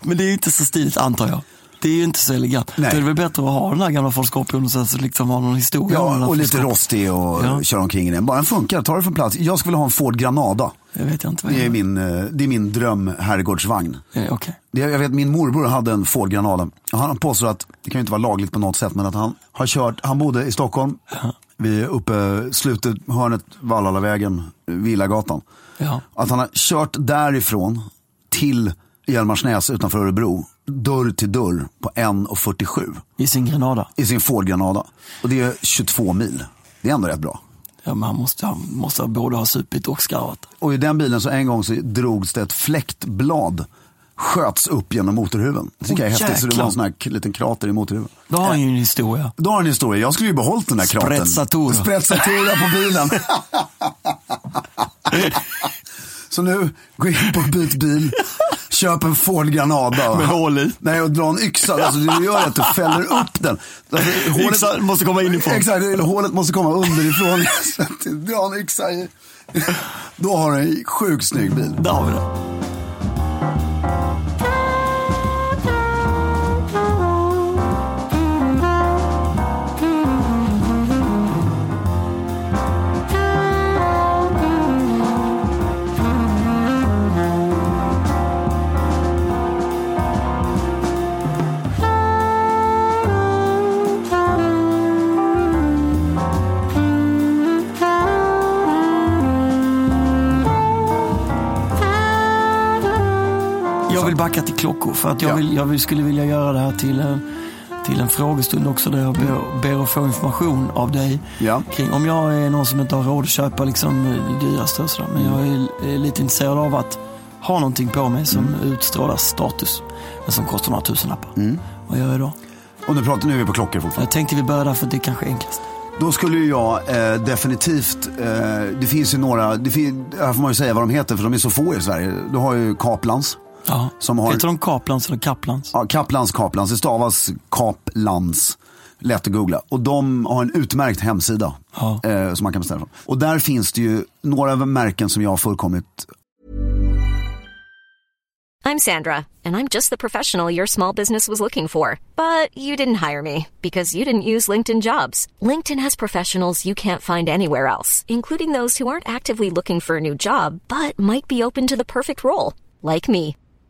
D: Men det är ju inte så stiligt antar jag. Det är ju inte så elegant.
A: Nej.
D: Då är det väl bättre att ha den här gamla Ford Scorpion och sen så liksom ha någon historia. om
A: Ja,
D: den här
A: och
D: Ford
A: lite
D: Scorpion.
A: rostig och
D: Ja.
A: kör omkring i den. Bara den funkar, ta det från plats. Jag skulle vilja ha en Ford Granada.
D: Det vet jag inte vad
A: Det
D: det
A: är
D: är.
A: min, eh, det är min dröm herrgårdsvagn.
D: Eh, Okej.
A: Det- Jag vet min morbror hade en Ford Granada. Och Han påstår att, det kan ju inte vara lagligt på något sätt, men att han har kört, han bodde i Stockholm. Vi är uppe, slutet, hörnet, Vallhallavägen, Villagatan.
D: Ja.
A: Att han har kört därifrån till Hjälmarsnäs utanför Örebro, dörr till dörr på 1.47
D: I sin Grenada.
A: i sin Ford Granada. Och det är 22 mil. Det är ändå rätt bra.
D: Ja, men han måste, han måste både ha supit och skarvat.
A: Och i den bilen så en gång så drogs det ett fläktblad. Sköts upp genom motorhuven. Det tycker jag är
D: Åh,
A: häftigt. Så det var
D: jäklar.
A: en sån här k- liten krater i motorhuven.
D: Då har han ju en historia.
A: Då har ni en historia. Jag skulle ju behållit den där kraten.
D: Sprezzatura.
A: Sprezzatura på bilen. så nu, gå in på byt bil. Köp en Ford Granada.
D: Med hål i.
A: Nej, och dra en yxa. Alltså, det gör att du fäller upp den. Alltså, hålet-
D: Yxan måste komma inifrån.
A: Exakt, eller hålet måste komma underifrån. Så att du Dra en yxa i. Då har du en sjukt snygg bil.
D: Där har vi det. Jag vill backa till klockor för att jag,
A: Ja.
D: vill, jag vill, skulle vilja göra det här till en, till en frågestund också där jag ber, ber att få information av dig.
A: Ja.
D: Kring, om jag är någon som inte har råd att köpa liksom eh, det dyraste och sådär, men jag är, är lite intresserad av att ha någonting på mig som utstrålar status, men som kostar några tusenlappar. Vad gör jag då?
A: Och nu pratar nu är vi på klockor fortfarande.
D: Jag tänkte vi börjar där för att det kanske är enklast.
A: Då skulle ju jag eh, definitivt, eh, det finns ju några, det fin, här får man ju säga vad de heter för de är så få i Sverige. Du har ju Kaplans.
D: Ja.
A: Som har-
D: Heter de Kaplans eller Kaplans?
A: Ja, Kaplans, Kaplans. Det stavas Kaplans. Lätt att googla. Och de har en utmärkt hemsida
D: Ja.
A: eh, som man kan beställa från. Och där finns det ju några märken som jag har fullkomligt
E: I'm Sandra, and I'm just the professional your small business was looking for. But you didn't hire me because you didn't use LinkedIn jobs. LinkedIn has professionals you can't find anywhere else, including those who aren't actively looking for a new job but might be open to the perfect role, like me.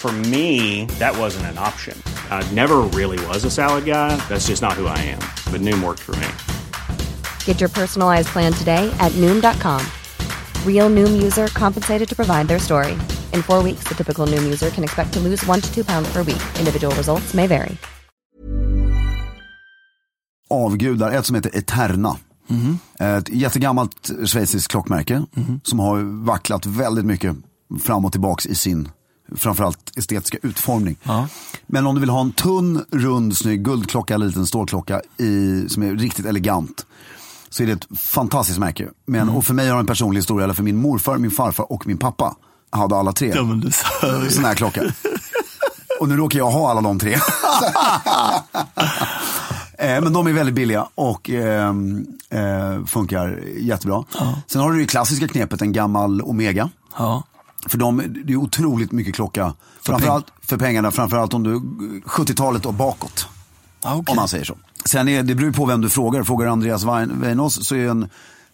F: For me, that wasn't an option. I never really was a salad guy. That's just not who I am. But Noom worked for me.
G: Get your personalized plan today at Noom.com. Real Noom user compensated to provide their story. In four weeks, the typical Noom user can expect to lose one to two pounds per week. Individual results may vary.
A: avgudar. Ett som heter Eterna. Eh, Ett jättegammalt schweiziskt klockmärke som har vacklat väldigt mycket fram och tillbaks i sin framförallt estetiska utformning.
D: Ja.
A: Men om du vill ha en tunn, rund, snygg guldklocka eller liten stålklocka i, som är riktigt elegant. så är det ett fantastiskt märke. Men,
D: Mm.
A: Och för mig har det en personlig historia, eller för min morfar, min farfar och min pappa hade alla tre
D: Ja, men du sa ju.
A: sån här klocka. Och nu råkar jag ha alla de tre. Eh, Men de är väldigt billiga och ehm, eh, funkar jättebra. Sen har du det klassiska knepet, en gammal Omega.
D: Ja.
A: För de, det är otroligt mycket klocka. Framförallt för pengarna, framförallt om du 70-talet och bakåt.
D: Ah,
A: Om man säger så. Sen är, det beror ju på vem du frågar. Frågar du Andreas Wein- Weinås så är en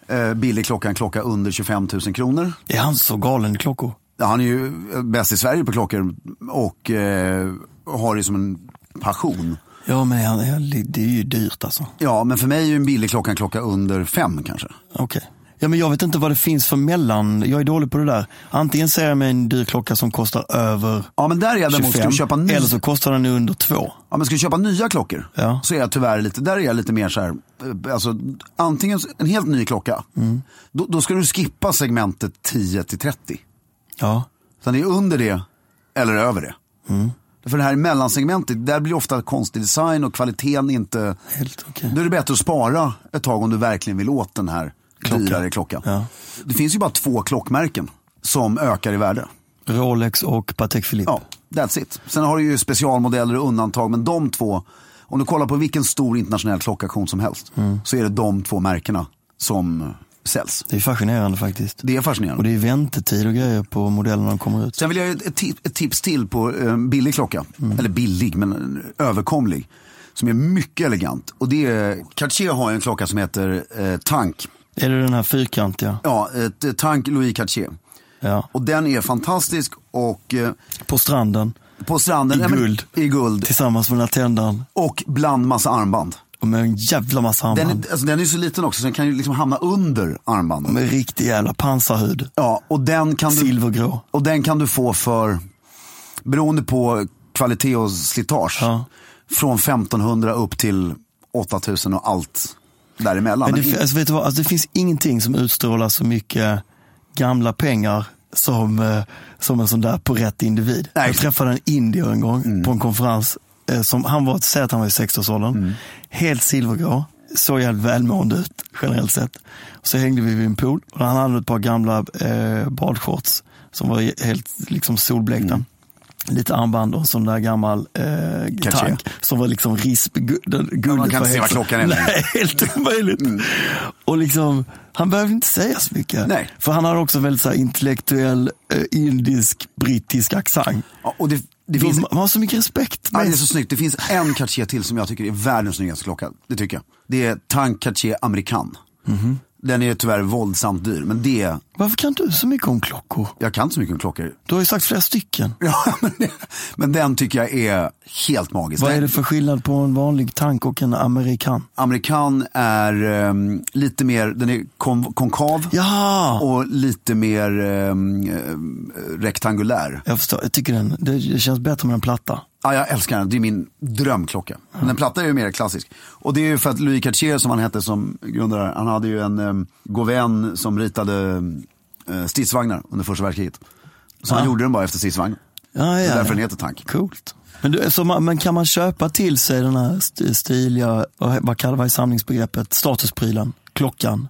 A: eh, billig klocka en klocka under 25 000 kronor.
D: Är han så galen i klockor?
A: Ja, Han är ju bäst i Sverige på klockor och eh, har det som en passion.
D: Ja, men han, är- det är ju dyrt alltså.
A: Ja, men för mig är ju en billig klocka en klocka under fem kanske.
D: Okej. Ja, men jag vet inte vad det finns för mellan. Jag är dålig på det där. Antingen ser jag mig en dyr klocka som kostar över
A: Ja, men där är jag däremot,
D: 25.
A: ska du köpa, ny,
D: Eller så kostar den under två.
A: ja, men ska du köpa nya klockor
D: Ja.
A: så är jag tyvärr lite, där är jag lite mer så här, eh, alltså antingen en helt ny klocka,
D: Mm.
A: då, då ska du skippa segmentet 10 till 30.
D: Ja.
A: Sen det är under det eller över det.
D: Mm.
A: För det här mellansegmentet, där blir ofta konstig design och kvaliteten inte...
D: Helt okej.
A: Då är det bättre att spara ett tag om du verkligen vill åt den här dyrare klockan.
D: Ja.
A: Det finns ju bara två klockmärken som ökar i värde.
D: Rolex och Patek Philippe.
A: Ja, that's it. Sen har du ju specialmodeller och undantag, men de två, om du kollar på vilken stor internationell klockauktion som helst,
D: Mm.
A: så är det de två märkena som eh, säljs.
D: Det är fascinerande faktiskt.
A: Det är fascinerande.
D: Och det är väntetid och grejer på modellerna de kommer ut.
A: Sen vill jag ge ett, ti- ett tips till på eh, billig klocka.
D: Mm.
A: Eller billig, men eh, överkomlig. Som är mycket elegant. Och det är, Cartier har ju en klocka som heter eh, Tank.
D: Är det den här fyrkantiga?
A: Ja, ett, eh, Tank Louis Cartier.
D: Ja.
A: Och den är fantastisk och eh,
D: På stranden,
A: på stranden.
D: I
A: nej, men-
D: guld.
A: I guld.
D: tillsammans med den här tändaren.
A: Och bland massa armband.
D: Och med en jävla massa
A: Den är,
D: armband.
A: alltså, den är så liten också så den kan ju liksom hamna under armbanden.
D: Med riktig jävla pansarhud.
A: Ja, och den kan du...
D: Silvergrå.
A: Och den kan du få för, beroende på kvalitet och slitage,
D: Ja.
A: från 1500 upp till 8000 och allt däremellan.
D: Men
A: Men
D: det,
A: i-
D: alltså, vet du vad? Alltså, det finns ingenting som utstrålar så mycket gamla pengar som, eh, som en sån där på rätt individ.
A: Nej. Mm.
D: Jag träffade en indier en gång på en konferens. eh, Som, han var, säg att han var i 60-årsåldern.
A: Mm.
D: Helt silvergrå. Såg jävligt välmående ut generellt sett. Så hängde vi vid en pool och han hade ett par gamla eh, badshorts som var helt liksom, solblekta.
A: Mm.
D: Lite armband och en sån där gammal eh,
A: Kanske.
D: tank som var liksom risp, gu- den- guldet
A: man kan inte
D: var
A: se
D: helt-
A: vad klockan är längre.
D: Nej, helt omöjligt.
A: Mm.
D: Och liksom, han behövde inte säga så mycket.
A: Nej.
D: För han har också en väldigt så här, intellektuell, eh, indisk, brittisk accent.
A: Ja, och det, det
D: De-
A: finns,
D: Man har så mycket respekt.
A: ja, det
D: med-
A: är så snyggt. Det finns en Cartier till som jag tycker är världens snyggaste klocka. Det tycker jag. Det är Tank Cartier American.
D: Mhm.
A: Den är tyvärr våldsamt dyr, men det,
D: Varför kan du så mycket om klockor?
A: jag kan inte så mycket om klockor.
D: Du har ju sagt flera stycken.
A: Ja, men, det, men den tycker jag är helt magisk.
D: Vad är
A: Den-
D: det för skillnad på en vanlig tank och en amerikan?
A: Amerikan är ehm, lite mer, den är kon- konkav.
D: Ja,
A: och lite mer ehm, eh, rektangulär.
D: jag förstår. Jag tycker den, det det känns bättre med en platta.
A: Ah, jag älskar den, det är min drömklocka.
D: Mm.
A: Men den platta är ju mer klassisk. Och det är ju för att Louis Cartier som han hette som grundare, han hade ju en um, Gauvin som ritade eh, stridsvagnar under första världskriget. Så han gjorde den bara efter stridsvagn.
D: Ja,
A: Det
D: ja,
A: är därför
D: ja.
A: den heter tank.
D: Coolt. Men, du, så man, men kan man köpa till sig den här st- stiliga, och vad kallar vad är samlingsbegreppet, statusprylen, klockan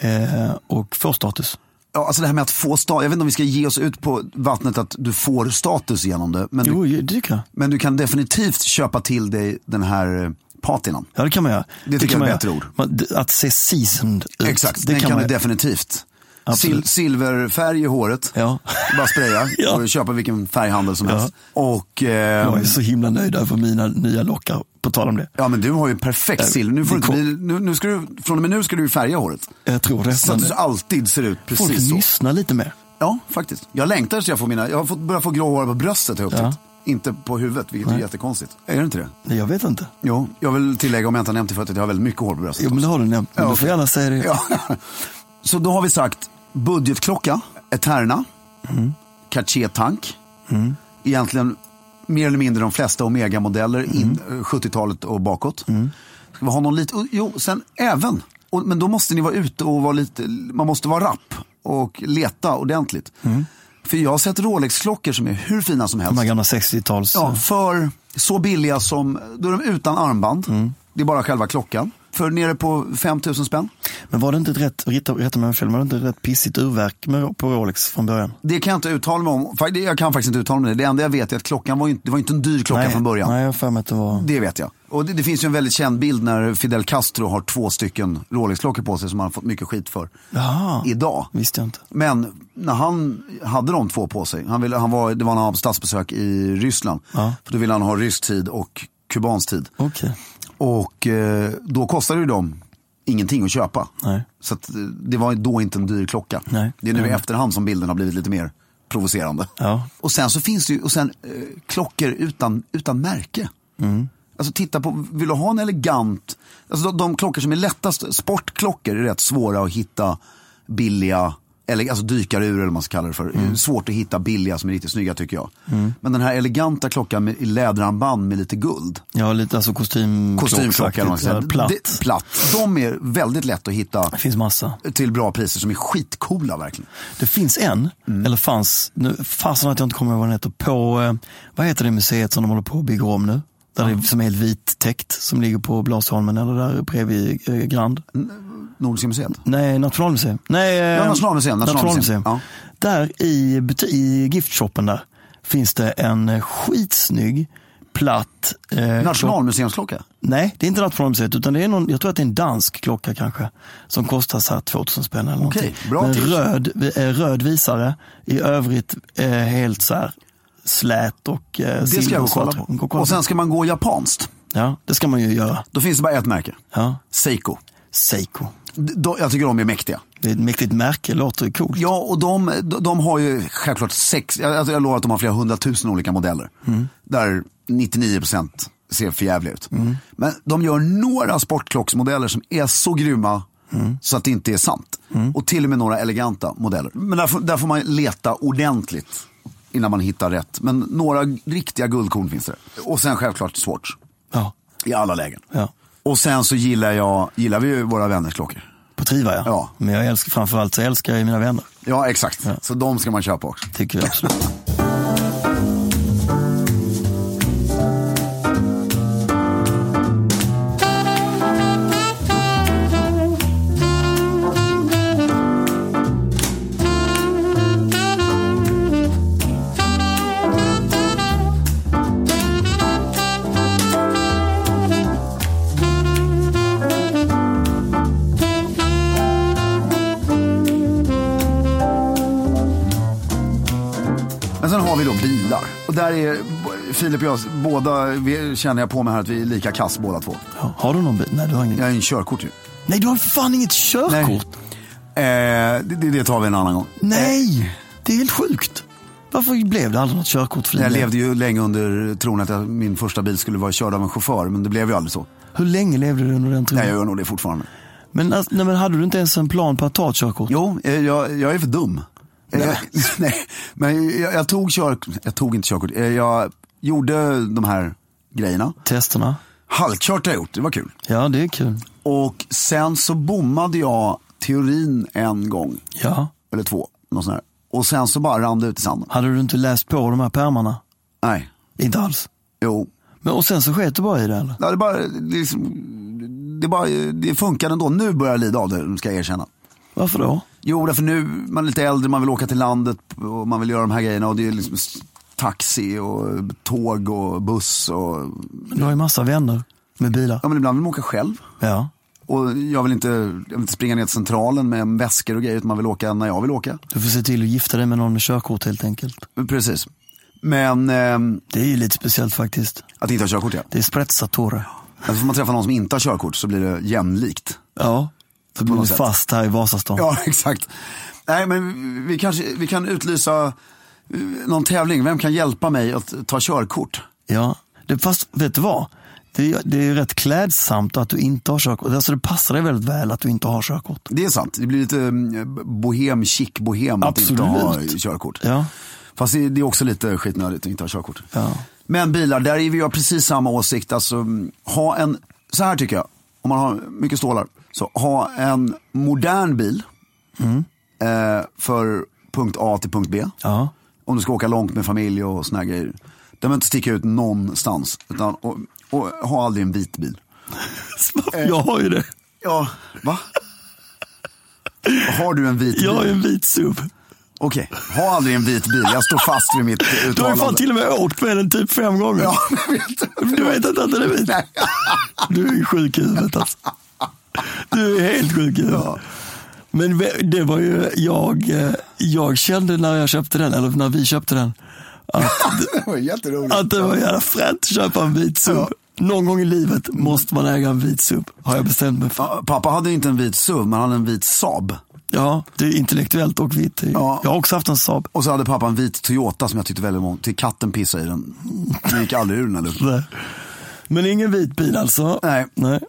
D: eh, och får status?
A: Ja, alltså det här med att få status, jag vet inte om vi ska ge oss ut på vattnet att du får status genom det. Men,
D: Jo,
A: du,
D: ju- det tycker jag.
A: men du kan definitivt köpa till dig den här eh, patinan.
D: Ja, det kan man göra.
A: tycker
D: kan
A: jag
D: man
A: är ett
D: göra.
A: bättre ord.
D: Man, d- att se seasoned ut.
A: Exakt, den kan,
D: Mm. man
A: du
D: göra.
A: definitivt. Sil
D: Absolut.
A: silverfärg i håret.
D: Ja.
A: Bara spraya
D: Ja.
A: och köpa vilken färghandel som helst. Och, eh,
D: Jag är så himla nöjd över mina nya lockar, på tal om det.
A: ja men du har ju perfekt silver. Nu får
D: det
A: du, inte bli- nu, nu ska du, från och med nu ska du ju färga håret.
D: Jag tror det.
A: Så att
D: men
A: du alltid ser ut
D: folk
A: precis så.
D: lyssnar lite mer.
A: Ja, faktiskt. Jag längtar så jag får mina, jag har fått, börjat få grå hår på bröstet har jag upptäckt. Inte på huvudet, vilket är jättekonstigt. Är det inte det?
D: Nej, Jag vet inte.
A: Jo, jag vill tillägga om jag inte har nämnt det förut att jag har väldigt mycket hår på bröstet.
D: Jo, men det har du nämnt. Men
A: Ja,
D: du får
A: okej.
D: gärna säga det.
A: Ja. Så då har vi sagt budgetklocka, Eterna, Cartier Tank. Egentligen mer eller mindre de flesta Omega-modeller, in-
D: Mm.
A: eh, 70-talet och bakåt. Ska vi ha någon lite, jo, sen även. Och, men då måste ni vara ute och vara lite, man måste vara rapp och leta ordentligt. För jag har sett Rolex-klockor som är hur fina som helst.
D: Mm. De här gamla 60-tals... Mm.
A: Ja, för så billiga som, då är de utan armband. Det är bara själva klockan. för nere på 5000 spänn.
D: Men var det inte ett rätt, rätta, rätta mig om jag har fel, var det inte ett rätt pissigt urverk med, på Rolex från början?
A: Det kan jag inte uttala mig om. Fa- det- Jag kan faktiskt inte uttala mig om det. Det enda jag vet är att klockan var ju inte, det var ju inte en dyr klocka
D: nej,
A: från början.
D: Nej, jag har för mig att det var...
A: Det vet jag. Och det, det finns ju en väldigt känd bild när Fidel Castro har två stycken Rolex-klockor på sig som han har fått mycket skit för
D: Jaha,
A: idag.
D: visste jag inte.
A: Men när han hade de två på sig, han ville, han var, det var när han var på statsbesök i Ryssland. För då ville han ha rysk tid och kubansk tid.
D: Okej,
A: Och eh, då kostade ju de ingenting att köpa.
D: Nej.
A: Så att, eh, det var då inte en dyr klocka.
D: Nej.
A: Det är nu i
D: Nej.
A: efterhand som bilden har blivit lite mer provocerande.
D: ja.
A: Och sen så finns det ju och sen, eh, klockor utan, utan märke.
D: Mm.
A: Alltså titta på, vill du ha en elegant, alltså de, de klockor som är lättast, sportklockor är rätt svåra att hitta billiga, eller alltså dykarur eller vad man ska kalla det för.
D: Mm.
A: Det är Svårt att hitta billiga som är riktigt snygga tycker jag. Men den här eleganta klockan med i läderarmband med lite guld.
D: Ja, lite alltså kostym...
A: Kostymklocka eller vad man ska
D: ja,
A: säga.
D: Platt.
A: Det, platt. De är väldigt lätt att hitta
D: Det finns massa.
A: till bra priser som är skitcoola verkligen.
D: Det finns en,
A: Mm.
D: eller fanns, nu, fasen att jag inte kommer ihåg vad den heter, på, eh, vad heter det museet som de håller på att bygga om nu? Där det är, som är helt vittäckt, som ligger på Blasieholmen eller där bredvid eh, Grand.
A: Nordiska museet.
D: Nej, Nationalmuseum. Nej,
A: Ja,
D: eh,
A: Nationalmuseum, Nationalmuseum.
D: Nationalmuseum.
A: Ja.
D: Där i, buti- i giftshoppen där finns det en eh, skitsnygg platt... eh, klock-
A: Nationalmuseumsklocka.
D: Nej, det är inte Nationalmuseet utan det är någon, jag tror att det är en dansk klocka kanske. Som kostar så här 2000 spänn eller
A: Okej,
D: någonting.
A: bra
D: Med
A: tips.
D: röd, eh, röd visare, i övrigt eh, helt så här slät och eh,
A: Det ska jag gå och kolla på. Och sen ska man gå japanskt.
D: Ja, det ska man ju göra.
A: Då finns det bara ett märke.
D: Ja.
A: Seiko.
D: Seiko.
A: D- de- jag tycker de är mäktiga.
D: Det är ett mäktigt märke, låter ju coolt.
A: Ja, och de, de, de har ju självklart sex, jag, alltså jag lovar att de har flera hundratusen olika modeller. Där 99% ser förjävliga ut. Men de gör några sportklocksmodeller som är så grymma så att det inte är sant. Och till och med några eleganta modeller. Men där, får- där får man leta ordentligt innan man hittar rätt. Men några riktiga guldkorn finns det. Och sen självklart Swatch.
D: Ja,
A: I alla lägen.
D: ja.
A: Och sen så gillar jag, gillar vi ju våra vänners klockor.
D: På Triva ja.
A: Ja.
D: Men jag älskar framförallt så älskar jag ju mina vänner.
A: Ja, exakt. Så de ska man köpa också.
D: Tycker jag absolut.
A: Men sen har vi då bilar. Och där är b- Filip och jag, båda vi, känner jag på mig här att vi är lika kass båda två.
D: Ja. Har du någon bil? Nej, du har ingen.
A: Jag är en körkort ju.
D: Nej, du har fan inget körkort.
A: Eh, det, det det tar vi en annan gång.
D: Nej, det är helt sjukt. Varför blev det aldrig något körkort för din
A: Jag
D: del?
A: levde ju länge under tron att jag, min första bil skulle vara körd av en chaufför, men det blev ju aldrig så.
D: Hur länge levde du under den tron?
A: Nej, jag gör nog det fortfarande.
D: Men, alltså, nej, men hade du inte ens en plan på att ta ett körkort?
A: Jo, eh, jag, jag är för dum. Eh, jag- nej, men jag, jag tog kör, jag tog inte körkort. Eh, jag gjorde de här grejerna.
D: Testerna?
A: Halkkört har jag gjort, det var kul.
D: Ja, det är kul.
A: Och sen så bommade jag teorin en gång.
D: Ja.
A: eller två. Något sånt där. Och sen så bara rann det ut i sanden.
D: Hade du inte läst på de här pärmarna?
A: Nej,
D: Inte alls.
A: jo.
D: Men, och sen så sket du bara i det eller?
A: Ja, det, bara, det, liksom, det, bara, det funkar ändå. Nu börjar jag lida av det, ska jag erkänna.
D: Varför då?
A: Jo, därför nu, man är lite äldre, man vill åka till landet och man vill göra de här grejerna. Och det är liksom s- taxi och tåg och buss. Och,
D: Men du har ju massa vänner med bilar.
A: ja, men ibland vill man åka själv.
D: Ja.
A: Och jag vill, inte, jag vill inte springa ner till centralen med väskor och grejer, utan man vill åka när jag vill åka.
D: Du får se till att gifta dig med någon med körkort helt enkelt.
A: Precis. Men ehm,
D: Det är ju lite speciellt faktiskt.
A: att inte ha körkort, ja.
D: Det är spretsatore.
A: Alltså, får man träffa någon som inte har körkort så blir det jämlikt.
D: Ja. Så blir
A: något
D: du
A: sätt.
D: fast här i Vasastan.
A: Ja, exakt. Nej, men vi kanske vi kan utlysa eh, någon tävling. Vem kan hjälpa mig att ta körkort?
D: Ja, det, fast vet du vad? Det, det är ju rätt klädsamt att du inte har körkort. Alltså det passar dig väldigt väl att du inte har körkort.
A: Det är sant. Det blir lite eh, bohem, chic bohem att inte ha
D: Absolut.
A: körkort.
D: Ja,
A: Fast det det är också lite skitnödigt att inte ha körkort.
D: Ja.
A: Men bilar, där är vi av precis samma åsikt. Alltså, mm, ha en, så här tycker jag, om man har mycket stålar. Så ha en modern bil eh, för punkt A till punkt B.
D: Mm. ja,
A: om du ska åka långt med familj och såna här grejer. Den behöver inte sticka ut någonstans. Utan, och, och ha aldrig en vit bil.
D: Jag har ju det.
A: Ja, va? Har du en vit bil?
D: Jag är en vit sub.
A: Okej, ha aldrig en vit bil. Jag står fast vid mitt
D: Du har ju
A: uttalande.
D: fan till och med åkt med den typ fem gånger.
A: Ja, jag vet.
D: Du vet inte att den är vit? Du är ju sjuk i huvudet alltså. Du är helt sjuk i huvudet. Men ve- det var ju, jag, eh, jag kände när jag köpte den, eller när vi köpte den,
A: Det var jätteroligt.
D: att det var jävla fränt att köpa en vit sub. Någon gång i livet måste man äga en vit sub, har jag bestämt mig för.
A: Ja, Pappa hade inte en vit SUV, men han hade en vit Saab.
D: Ja, det är intellektuellt och vitt.
A: Ja.
D: Jag har också haft en Saab.
A: Och så hade pappa en vit Toyota som jag tyckte väldigt om. Till katten pissade i den. Den gick aldrig ur den eller?
D: Nej. Men ingen vit bil alltså.
A: Nej.
D: Nej.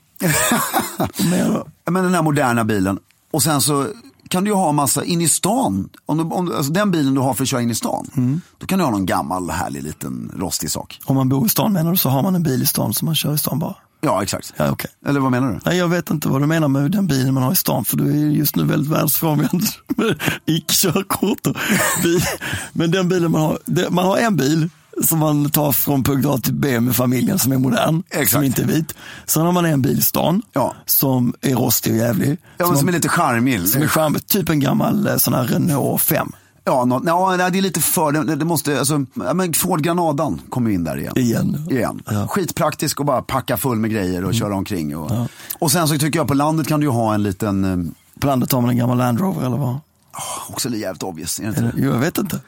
D: Mer då?
A: Men den här moderna bilen. Och sen så kan du ju ha massa in i stan. Om du, om, du- alltså den bilen du har för att köra in i stan.
D: Mm.
A: Då kan du ha någon gammal härlig liten rostig sak.
D: Om man bor i stan menar du så har man en bil i stan som man kör i stan bara?
A: Ja, exakt.
D: Ja, okej.
A: Eller vad menar du?
D: Nej, jag vet inte vad du menar med den bilen man har i stan, för du är ju just nu väldigt världsfrånvänd med icke-körkort. och bil. Men den bilen man har, det- man har en bil som man tar från punkt A till B med familjen som är modern, som
A: Exakt.
D: inte är vit. Sen har man en bil i stan
A: Ja.
D: som är rostig och jävlig.
A: Ja, men som är lite charmig.
D: som är charmig, typ en gammal eh, sån här Renault 5.
A: Ja, nå- nå, nej, det är lite för, det, det måste, alltså, ja, men Ford Granadan kommer ju in där igen.
D: Igen.
A: igen.
D: Ja. Mm.
A: Skitpraktisk och bara packa full med grejer och köra omkring. Och, och sen så tycker jag på landet kan du ju ha en liten, eh,
D: På landet har man en gammal Land Rover eller vad?
A: också jävligt obvious, är det inte
D: Eller,
A: det?
D: jo, jag vet inte.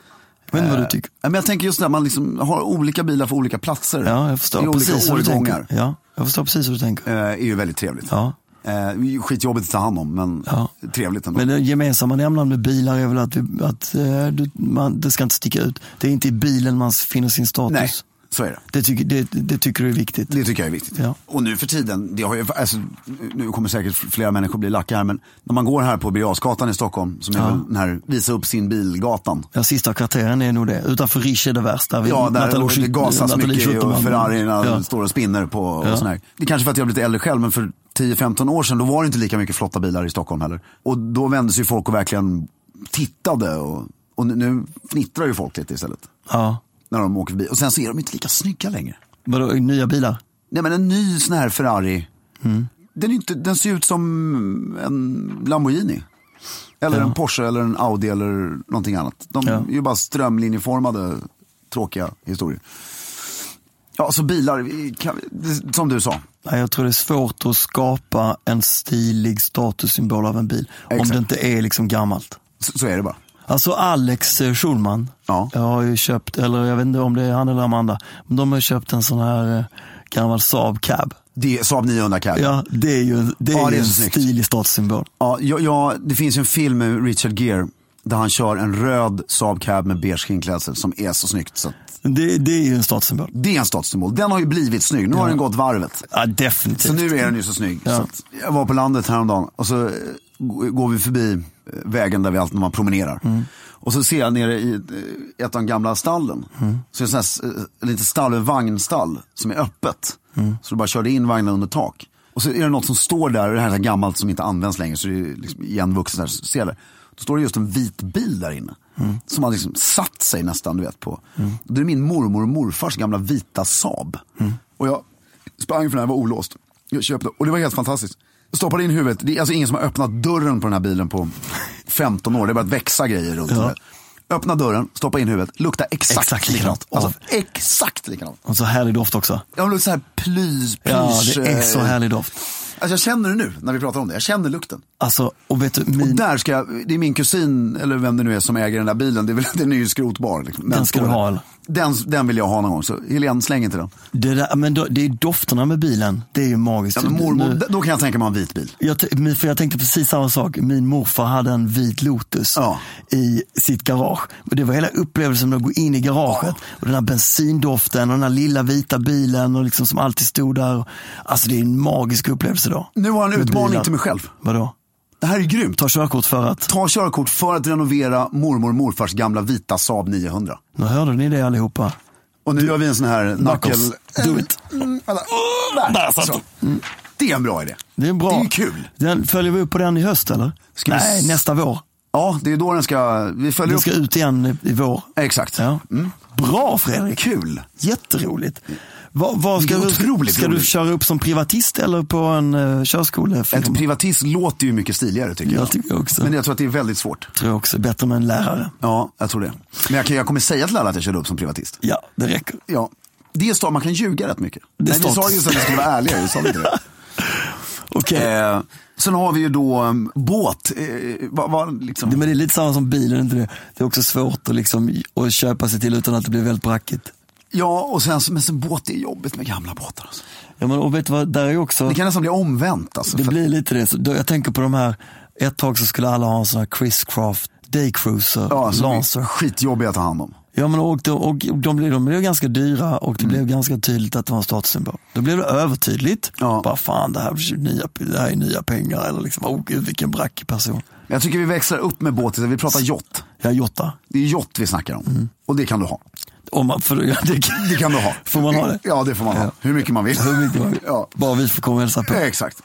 D: Jag vet inte
A: Eh,
D: vad du tycker.
A: Ja, Men jag tänker just när man liksom har olika bilar för olika platser.
D: Ja, jag
A: I
D: förstår
A: olika
D: precis hur du
A: årgångar.
D: tänker. Ja, jag förstår precis hur du tänker.
A: Eh, är ju väldigt trevligt.
D: Ja.
A: Eh, skitjobbigt att ta hand om, men
D: Ja.
A: trevligt ändå.
D: Men det gemensamma nämnaren med bilar är väl att, vi, att eh, du, man, det ska inte sticka ut. Det är inte i bilen man finner sin status.
A: Nej, så är det.
D: Det, tycker, det, det tycker du är viktigt.
A: Det tycker jag är viktigt.
D: Ja.
A: Och nu för tiden, det har ju, alltså, nu kommer säkert flera människor bli lacka här, men när man går här på Birger Jarlsgatan i Stockholm, som är väl den här visa upp sin bilgatan.
D: Ja, sista kvarteren är nog det. Utanför Riche är det värsta. Vi-
A: Ja, där
D: Nathalie
A: det
D: Schitt-
A: gasas
D: Nathalie
A: mycket och
D: Schutterman.
A: Ferrarierna
D: Ja.
A: står och spinner på och
D: Ja.
A: sån här. Det är kanske för att jag har blivit äldre själv, men för 10-15 år sedan då var det inte lika mycket flotta bilar i Stockholm heller. Och då vände sig folk och verkligen tittade och, och nu- nu fnittrar ju folk lite istället.
D: Ja.
A: När de åker förbi. Och sen så är de inte lika snygga längre.
D: Vadå, nya bilar?
A: Nej men en ny sån här Ferrari.
D: Mm.
A: Den, är inte, den ser ut som en Lamborghini. Eller en Porsche eller en Audi eller någonting annat. De
D: Ja.
A: är ju bara strömlinjeformade tråkiga historier. Ja, så bilar, vi kan, det- som du sa.
D: Nej, jag tror det är svårt att skapa en stilig statussymbol av en bil. Om
A: Exakt.
D: det inte är liksom gammalt.
A: Så, så är det bara.
D: Alltså Alex eh, Schulman
A: Ja.
D: jag har ju köpt, eller jag vet inte om det är han eller Amanda, men de har ju köpt en sån här eh, gammal Saab Cab.
A: Det är Saab 900 Cab.
D: Ja, det är ju, en- det är
A: Ja, det
D: ju
A: är
D: en
A: så snyggt.
D: stilig statussymbol.
A: Ja, ja, ja, det finns ju en film med Richard Gere där han kör en röd Saab Cab med beige skinnklädsel som är så snyggt. Så att
D: Det, det är ju en statussymbol.
A: det är en statssymbol. Den har ju blivit snygg. Nu har den gått varvet.
D: Ja, definitivt.
A: Så nu är den ju så snygg. Så att jag var på landet häromdagen och så eh, g- går vi förbi eh, vägen där vi alltid när man promenerar. Och så ser jag nere i eh, ett av de gamla stallen. Så är det en sån här, s- eh, lite stall, en vagnstall som är öppet. Så du bara körde in vagnar under tak. Och så är det något som står där, och det här är så här gammalt som inte används längre. Så det är liksom igenvuxet där, så ser det. Då står det just en vit bil där inne. Som har liksom satt sig nästan, du vet på. Det är min mormor och morfars gamla vita Saab. Och jag sprang för den här var olåst. Jag köpte och det var helt fantastiskt. Stoppade in huvudet, det är alltså ingen som har öppnat dörren på den här bilen på 15 år. Det har börjat växa grejer runt den. Öppna dörren, stoppa in huvudet, lukta exakt,
D: Exakt
A: likadant.
D: likadant.
A: Alltså, exakt likadant.
D: Och så härlig doft också.
A: Ja, men luktar så här plys, plys.
D: Ja, det är så
A: eh,
D: härlig doft.
A: Alltså jag känner det nu när vi pratar om det. Jag känner lukten.
D: Alltså, och vet du, min,
A: Och där ska jag, det är min kusin, eller vem det nu är som äger den där bilen. Det är väl, den är ju skrotbar. Liksom.
D: Den ska
A: står
D: du
A: där.
D: ha, eller?
A: Den, den vill jag ha någon gång. Så Helene, släng inte den.
D: det, där, men då, det är dofterna med bilen, det är ju magiskt.
A: Ja, men mormor,
D: Nu-
A: Då kan jag tänka mig en vit bil.
D: Jag, t- min- för jag tänkte precis samma sak. Min morfar hade en vit Lotus
A: Ja.
D: i sitt garage. Och det var hela upplevelsen med att gå in i garaget. Och den här bensindoften och den här lilla vita bilen och liksom som alltid stod där. Alltså det är en magisk upplevelse då.
A: Nu har jag en
D: Med
A: utmaning
D: bilar.
A: till mig själv.
D: Vadå?
A: Det här är grymt.
D: Ta körkort för att...
A: Ta körkort för att renovera mormor och morfars gamla vita Saab 900.
D: Nu hörde ni det allihopa.
A: Och nu gör vi en sån här knuckle...
D: Knuckles. Do it.
A: Mm, vänta. Där,
D: Där satt
A: så.
D: den.
A: Det är en bra idé.
D: Det är bra.
A: Det är ju kul.
D: Den, följer vi upp på den i höst eller?
A: Ska vi
D: Nej,
A: s-
D: nästa vår.
A: Ja, det är då den ska... Vi följer
D: Den ska
A: upp.
D: ut igen i- i vår.
A: Exakt. Mm.
D: Ja. Bra Fredrik!
A: Kul.
D: Jätteroligt. Vad, vad ska
A: Det är
D: du,
A: otroligt
D: ska du
A: roligt.
D: köra upp som privatist eller på en uh, körskola?
A: Ett privatist låter ju mycket stiligare tycker jag.
D: Jag tycker också.
A: Men jag tror att det är väldigt svårt.
D: tror jag också är bättre med en lärare.
A: Ja, jag tror det. Men jag, kan, jag kommer säga till alla att jag körde upp som privatist.
D: Ja, det räcker.
A: Ja. Det är star, man kan ljuga rätt mycket. Nej,
D: står
A: vi sa
D: inte.
A: ju så att vi skulle vara ärliga, vi sa inte det.
D: Okej.
A: Eh, sen har vi ju då um, båt. Eh, vad, vad,
D: Det-
A: liksom.
D: Men det är lite samma som bilen, inte det? Det är också svårt att, liksom, att köpa sig till utan att det blir väldigt brackigt.
A: Ja, och sen, så- men sen båt, det är jobbigt med gamla båtar. Alltså.
D: Ja, men, och vet du vad, där är också...
A: Det kan nästan bli omvänt. Alltså,
D: Det
A: för att-
D: blir lite det. Så då- Jag tänker på de här, ett tag så skulle alla ha en sån här Chris Craft Daycruiser,
A: ja, alltså,
D: Lancer.
A: Skitjobbiga att ta hand om.
D: Ja, men och, de- och de, blev, de blev ganska dyra och
A: Mm.
D: det blev ganska tydligt att det var en statussymbol. Då blev det övertydligt.
A: Ja.
D: Bara fan, det här, är nya, det här är nya pengar. Eller liksom, oh gud vilken brackig person.
A: Men Jag tycker vi växlar upp med båt, vi pratar jott.
D: Jag jottar.
A: Det är jott vi snackar om. Och det kan du ha.
D: Om man, för, Mm. det,
A: Det kan du ha.
D: Får man ha det?
A: Ja, det får man ha. Hur mycket man vill.
D: Hur mycket man vill.
A: Ja.
D: Bara vi får komma och hälsa på.
A: Ja, exakt.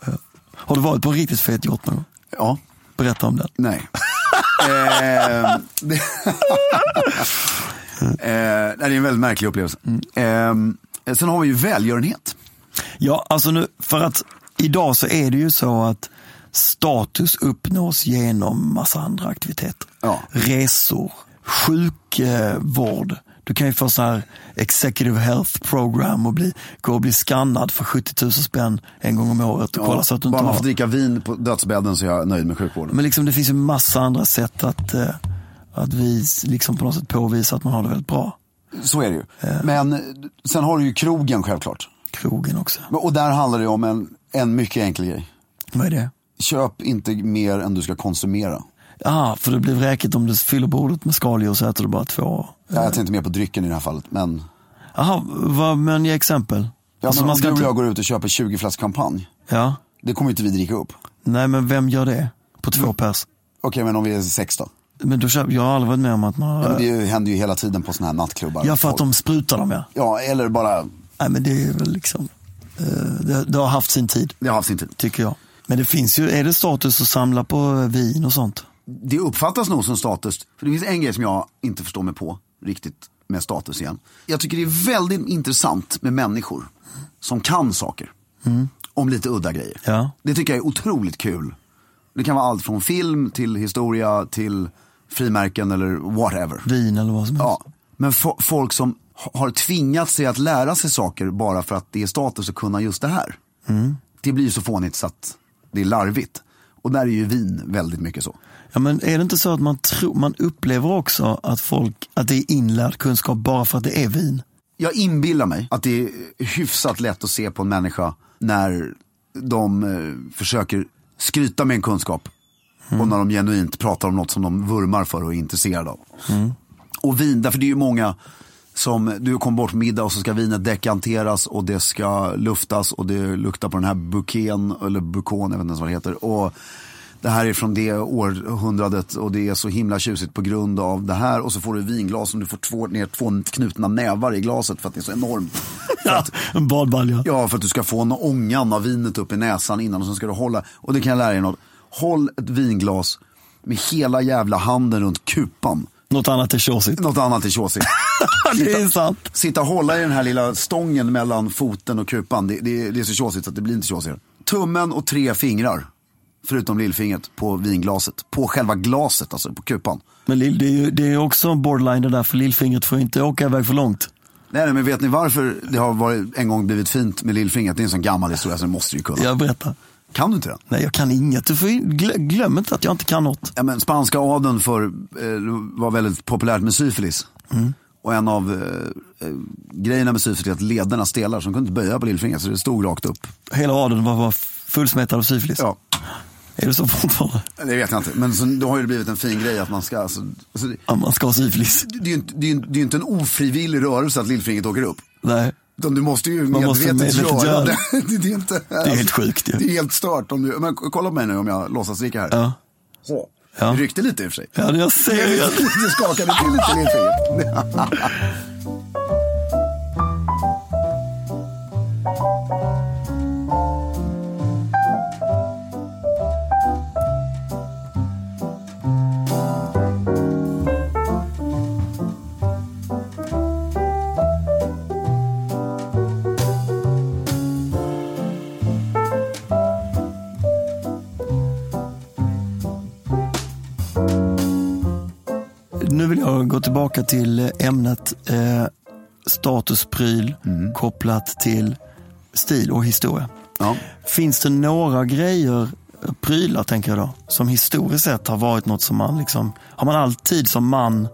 D: Har du varit på en riktigt fet yacht någon gång?
A: Ja,
D: Berätta om den.
A: nej. eh, det... eh, nej, det är en väldigt märklig upplevelse.
D: Mm.
A: Eh, sen har vi ju välgörenhet.
D: Ja, alltså nu, för att idag så är det ju så att status uppnås genom massa andra aktiviteter.
A: Ja.
D: Resor, sjukvård. Du kan ju få så här executive health program och bli, gå och bli skannad för 70 000 spänn en gång om året och kolla så att du inte
A: bara man
D: har...
A: får dricka vin på dödsbädden så är jag nöjd med sjukvården.
D: Men liksom, det finns ju massa andra sätt att, eh, att vi liksom på något sätt påvisa att man har det väldigt bra.
A: Så är det ju. Men eh, sen har du ju krogen självklart.
D: Krogen också.
A: Men- Och där handlar det om en, en mycket enkel grej.
D: Vad är det?
A: Köp inte mer än du ska konsumera.
D: Ja, Ah, för det blir vräkigt om du fyller bordet med skaldjur så äter du bara två.
A: Ja, jag tänkte mer på drycken i det här fallet. Men,
D: Jaha, vad, men ge exempel.
A: ja,
D: Alltså,
A: men om
D: man ska
A: du och
D: inte-
A: jag går ut och köper 20 flaskor champagne.
D: Ja,
A: Det kommer inte vi dricka upp.
D: nej men vem gör det? På
A: Mm.
D: två pers?
A: Okej, men om vi är sex då?
D: Men då köper, jag har aldrig varit med om att man
A: Ja,
D: har...
A: men det händer ju hela tiden på sådana här nattklubbar.
D: Ja, för att de sprutar dem ja.
A: Ja, eller bara,
D: Nej men det är väl liksom, eh, det, det har haft sin tid,
A: det har haft sin tid.
D: tycker jag. Men det finns ju, är det status att samla på eh, vin och sånt?
A: Det uppfattas nog som status. För det finns en grej som jag inte förstår mig på riktigt med status igen. Jag tycker det är väldigt intressant med människor som kan saker. Om lite udda grejer.
D: Ja.
A: Det tycker jag är otroligt kul. Det kan vara allt från film till historia till frimärken eller whatever.
D: Vin eller vad som helst.
A: Ja, men fo- folk som ha- har tvingat sig att lära sig saker bara för att det är status att kunna just det här. Det blir ju så fånigt så att det är larvigt. Och där är ju vin väldigt mycket så.
D: Ja, men är det inte så att man, tror, man upplever också att, folk, att det är inlärd kunskap bara för att det är vin?
A: Jag inbillar mig att det är hyfsat lätt att se på en människa när de eh, försöker skryta med en kunskap. Och när de genuint pratar om något som de vurmar för och är intresserade av. Och vin, därför det är ju många som, du kom bort middag och så ska vinet dekanteras och det ska luftas och det luktar på den här buken, eller bukon, jag vet inte ens vad det heter. Och det här är från det århundradet och det är så himla tjusigt på grund av det här. Och så får du vinglas och du får två, ner två knutna nävar i glaset för att det är så enormt.
D: Ja, en badbalja.
A: Ja, för att du ska få en ångan av vinet upp i näsan innan och sen ska du hålla. Och det kan jag lära er något. Håll ett vinglas med hela jävla handen runt kupan.
D: Något annat är tjåsigt.
A: Något annat är tjåsigt.
D: det är sant.
A: Sitta och hålla i den här lilla stången mellan foten och kupan. Det, det, det är så tjåsigt att det blir inte tjåsigare. Tummen och tre fingrar. Förutom lillfingret på vinglaset. På själva glaset, alltså på kupan.
D: Men lill- det är ju det är också en borderline det där, för lillfingret får inte åka iväg för långt.
A: Nej, nej, men vet ni varför det har varit, en gång blivit fint med lillfingret? Det är en sån gammal historia så det måste du ju kunna.
D: Jag berättar.
A: Kan du inte den?
D: Nej, jag kan inget. Du får in, glö, glöm inte att jag inte kan något.
A: Ja, men spanska adeln för, eh, var väldigt populärt med syfilis. Och en av eh, eh, grejerna med syfilis är att lederna stelar så de kunde inte böja på lillfingret så det stod rakt upp.
D: Hela adeln var, var fullsmättad av syfilis.
A: Ja,
D: Är det så fortfarande?
A: det vet jag inte. Men så, då har ju det blivit en fin grej att man ska, alltså, alltså, det,
D: Att man ska ha syfilis?
A: det, är ju inte, det, är ju, det är ju inte en ofrivillig rörelse att lillfingret åker upp.
D: Nej.
A: Utan du måste ju
D: Man
A: medvetet,
D: måste medvetet
A: göra
D: göra
A: det. det, det är inte, det
D: är helt sjukt ju.
A: Det är helt stört. Om du, men kolla på mig nu om jag låtsas dricka här.
D: Ja.
A: Så.
D: Ja.
A: Det ryckte lite i och för sig.
D: Ja, det jag ser ju. att-
A: Det skakade till lite i lillfingret.
D: jag gå tillbaka till ämnet eh, statuspryl kopplat till stil och historia.
A: Ja.
D: Finns det några grejer, prylar tänker jag då, som historiskt sett har varit något som man liksom, har man alltid som man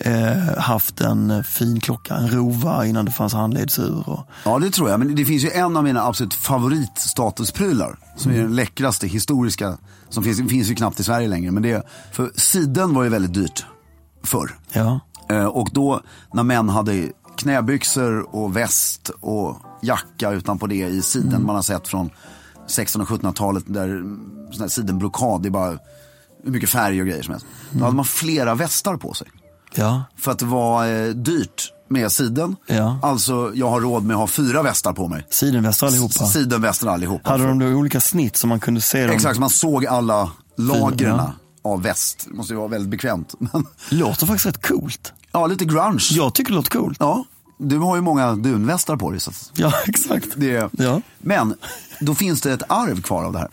D: eh, haft en fin klocka, en rova innan det fanns handledsur? Och,
A: Ja, det tror jag. Men det finns ju en av mina absolut favoritstatusprylar. Som är den läckraste historiska. Som finns, finns ju knappt i Sverige längre. Men det är, för siden var ju väldigt dyrt förr.
D: ja.
A: Eh, Och då när män hade knäbyxor och väst och jacka utanpå det i siden.
D: Mm.
A: Man har sett från 1600 och 1700-talet där mm, sån här sidenblockad, det är bara hur mycket färg och grejer som helst. Då
D: Mm.
A: hade man flera västar på sig.
D: ja.
A: För att det var eh, dyrt med siden.
D: Ja.
A: Alltså jag har råd med att ha fyra västar på mig.
D: Sidenvästar allihopa.
A: S- Sidenvästar allihopa.
D: Hade de då olika snitt som man kunde se dem?
A: Exakt, så man såg alla lagren
D: ja.
A: av väst. Det måste ju vara väldigt bekvämt. Men,
D: Låter faktiskt rätt coolt.
A: ja, lite grunge.
D: Jag tycker det låter coolt.
A: Ja, du har ju många dunvästar på dig. Så att
D: Ja, exakt.
A: det är...
D: Ja. Mm.
A: Men då finns det ett arv kvar av det här.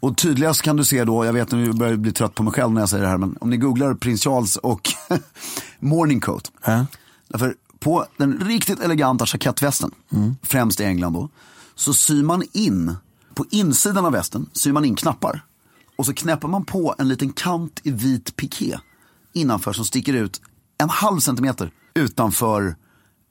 A: Och tydligast kan du se då, jag vet nu börjar jag bli trött på mig själv när jag säger det här, men om ni googlar prins Charles och morning coat.
D: Ja.
A: Därför på den riktigt eleganta jackettvästen,
D: Mm.
A: främst i England då, så syr man in, på insidan av västen syr man in knappar. Och så knäpper man på en liten kant i vit piké innanför som sticker ut en halv centimeter utanför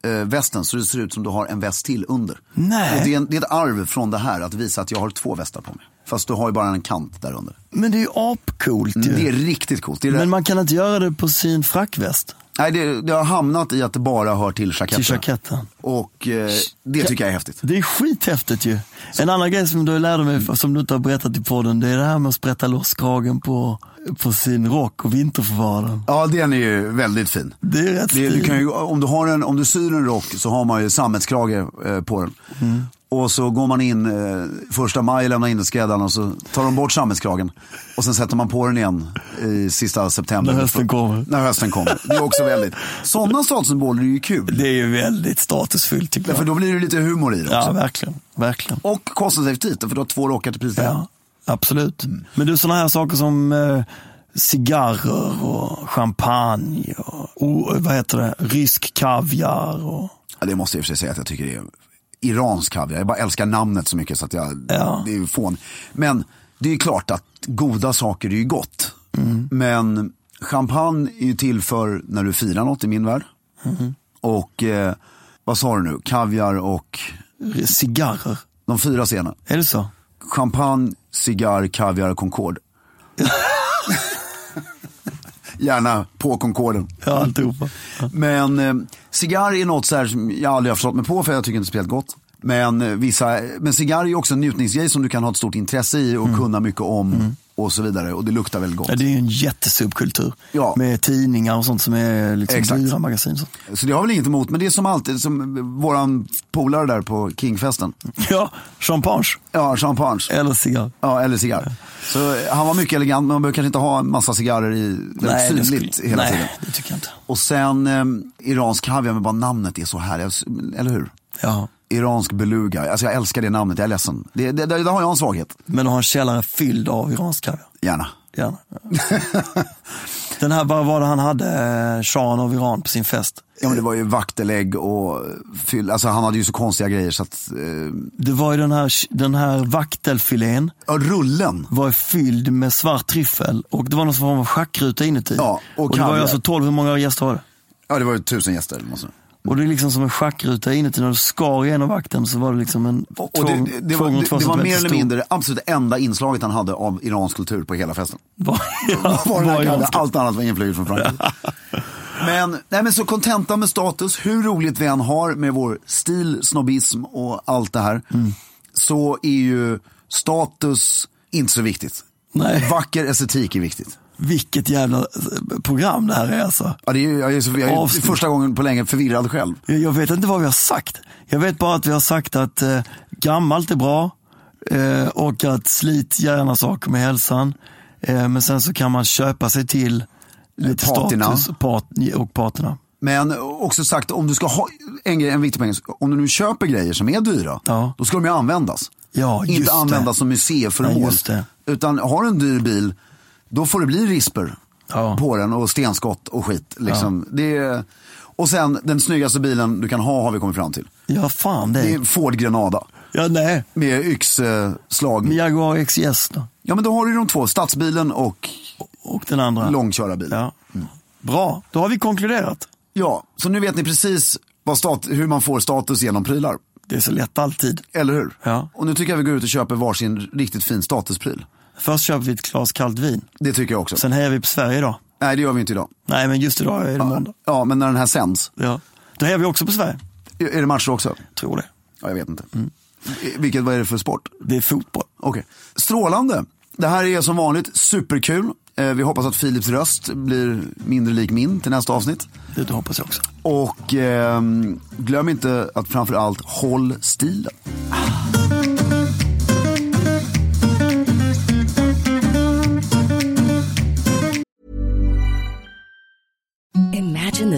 A: eh, västen. Så det ser ut som du har en väst till under.
D: Nej.
A: Och det, är en, det är ett arv från det här att visa att jag har två västar på mig. Fast du har ju bara en kant där under.
D: Men det är ju apcoolt ju.
A: Mm, Det är riktigt coolt. Det är det,
D: Mm. Men man kan inte göra det på sin frackväst
A: nej, det, det har hamnat i att det bara hör till
D: till
A: jacketterna.
D: jacketten.
A: Och eh, det tycker jag är häftigt.
D: Det är skithäftigt ju. En annan grej som du lärde mig, som du inte har berättat i podden, det är det här med att sprätta loss kragen på, på sin rock och vinterförvara den.
A: Ja, den är ju väldigt fin.
D: Det är rätt
A: Det, är- du
D: stil.
A: kan ju, om, du har en, om du syr en rock så har man ju sammetskrage eh, på den.
D: Mm.
A: Och så går man in eh, första maj, lämnar in skräddaren och så tar de bort sammetskragen. Och sen sätter man på den igen i sista september.
D: När hösten kommer.
A: När hösten kommer. Det är också väldigt. Sådana statussymboler är ju kul.
D: Det är ju väldigt statusfyllt tycker
A: För
D: jag.
A: då blir det lite humor i det också.
D: Ja, verkligen. Verkligen.
A: Och kostnadseffektivt, för du har två rockar till priset.
D: Ja, absolut.
A: Mm.
D: Men du, sådana här saker som eh, cigarrer och champagne och oh, vad heter det? rysk kaviar. Och,
A: Ja, det måste jag i och för sig säga att jag tycker det är iransk kaviar. Jag bara älskar namnet så mycket så att jag,
D: Ja.
A: det är ju fån. Men det är ju klart att goda saker är ju gott.
D: Mm.
A: Men champagne är ju till för när du firar något i min värld.
D: Mm.
A: Och eh, vad sa du nu? Kaviar och
D: cigarrer,
A: de fyra sena.
D: är det så?
A: Champagne, cigarr, kaviar och Concorde. Gärna på Concorden.
D: Ja, alltihopa.
A: Men eh, cigarr är något så här som jag aldrig har förstått mig på för jag tycker inte spelet gott. Men, eh, vissa, men cigarr är ju också en njutningsgrej som du kan ha ett stort intresse i och kunna mycket om och så vidare. Och det luktar väldigt gott.
D: Mm. Ja, det är ju en jättesubkultur
A: Ja.
D: med tidningar och sånt som är liksom
A: Exakt.
D: dyra magasin. och sånt.
A: Så det har väl inget emot, men det är som alltid, som eh, våran polare där på Kingfesten.
D: Ja, champagne
A: Ja, champagne.
D: eller cigarr.
A: Ja, eller cigarr. Så eh, han var mycket elegant, men man behöver kanske inte ha en massa cigarrer i väldigt
D: det
A: synligt
D: skulle-
A: hela
D: nej,
A: tiden.
D: det tycker jag inte.
A: Och sen eh, iransk kaviar, men bara namnet är så här, jag- eller hur?
D: Ja.
A: Iransk beluga. Alltså jag älskar det namnet, jag är ledsen. Det, det, där, där har jag en svaghet.
D: Men att ha en källare fylld av iransk kaviar.
A: Gärna.
D: Gärna. Den här, vad var det han hade, eh, shahen av Iran på sin fest?
A: Ja men det var ju vaktelägg och fyll, alltså han hade ju så konstiga grejer så att, eh,
D: Det var ju den här, den här vaktelfilén
A: ja, rullen.
D: var fylld med svart tryffel och det var någon form av schackruta inuti.
A: Ja, och
D: och, det var ju
A: kaviar.
D: alltså 12, hur många gäster var det?
A: Ja det var ju tusen gäster. eller något sånt.
D: Och det är liksom som en schackruta inuti. När du skar igenom vakten så var det liksom en
A: Och
D: två-
A: det, det, det,
D: två
A: var,
D: gånger två
A: det, det var
D: centimeter
A: mer eller
D: stor.
A: mindre det absolut enda inslaget han hade av Irans kultur på hela festen.
D: Var, ja,
A: Var den här
D: jag
A: kallen,
D: ska-
A: allt annat var inflyget från Frankrike. Men, nej men så kontenta med status, hur roligt vi än har med vår stil, snobbism och allt det här.
D: Mm.
A: Så är ju status inte så viktigt.
D: Nej,
A: Vacker estetik är viktigt.
D: vilket jävla eh, program det här är alltså.
A: Ja, det är, ju- jag är, så- jag är ju
D: Avsnitt.
A: första gången på länge förvirrad själv.
D: Jag jag vet inte vad vi har sagt. Jag vet bara att vi har sagt att eh, gammalt är bra eh, och att slit gärna saker med hälsan. Eh, men sen så kan man köpa sig till lite
A: Patina.
D: status pat, och patina.
A: Men också sagt, om du ska ha en, grej, en viktig poäng. Om du nu köper grejer som är dyra,
D: Ja.
A: då ska de ju användas.
D: Ja, just
A: Inte
D: det.
A: användas som museiföremål.
D: Nej, just det.
A: utan har du en dyr bil, då får det bli risper.
D: Ja.
A: på den och stenskott och skit. Liksom. Det är, och sen den snyggaste bilen du kan ha har vi kommit fram till.
D: Ja, fan
A: Det
D: det.
A: är Ford Grenada.
D: Ja, nej.
A: Med yxslag.
D: Med Jaguar XJS då.
A: Ja men då har du de två, stadsbilen och
D: Och den andra.
A: långkörarbilen.
D: Ja. Bra, då har vi konkluderat.
A: Ja, så nu vet ni precis vad stat- hur man får status genom prylar.
D: Det är så lätt alltid.
A: Eller hur?
D: Ja.
A: Och nu tycker jag vi går ut och köper varsin riktigt fin statuspryl.
D: Först köper vi ett glas kallt vin.
A: Det tycker jag också.
D: Sen hejar vi på Sverige idag.
A: Nej, det gör vi inte idag.
D: Nej, men just idag är det måndag.
A: Ja, men när den här sänds.
D: Ja. Då hejar vi också på Sverige.
A: Är det matcher också?
D: Tror det.
A: Ja, jag vet inte.
D: Mm.
A: Vilket, vad är det för sport?
D: Det är fotboll.
A: Okej. Strålande. Det här är som vanligt superkul. Eh, Vi hoppas att Philips röst blir mindre lik min till nästa avsnitt.
D: Det hoppas jag också.
A: Och ehm, glöm inte att framförallt håll stilen.
H: Imagine the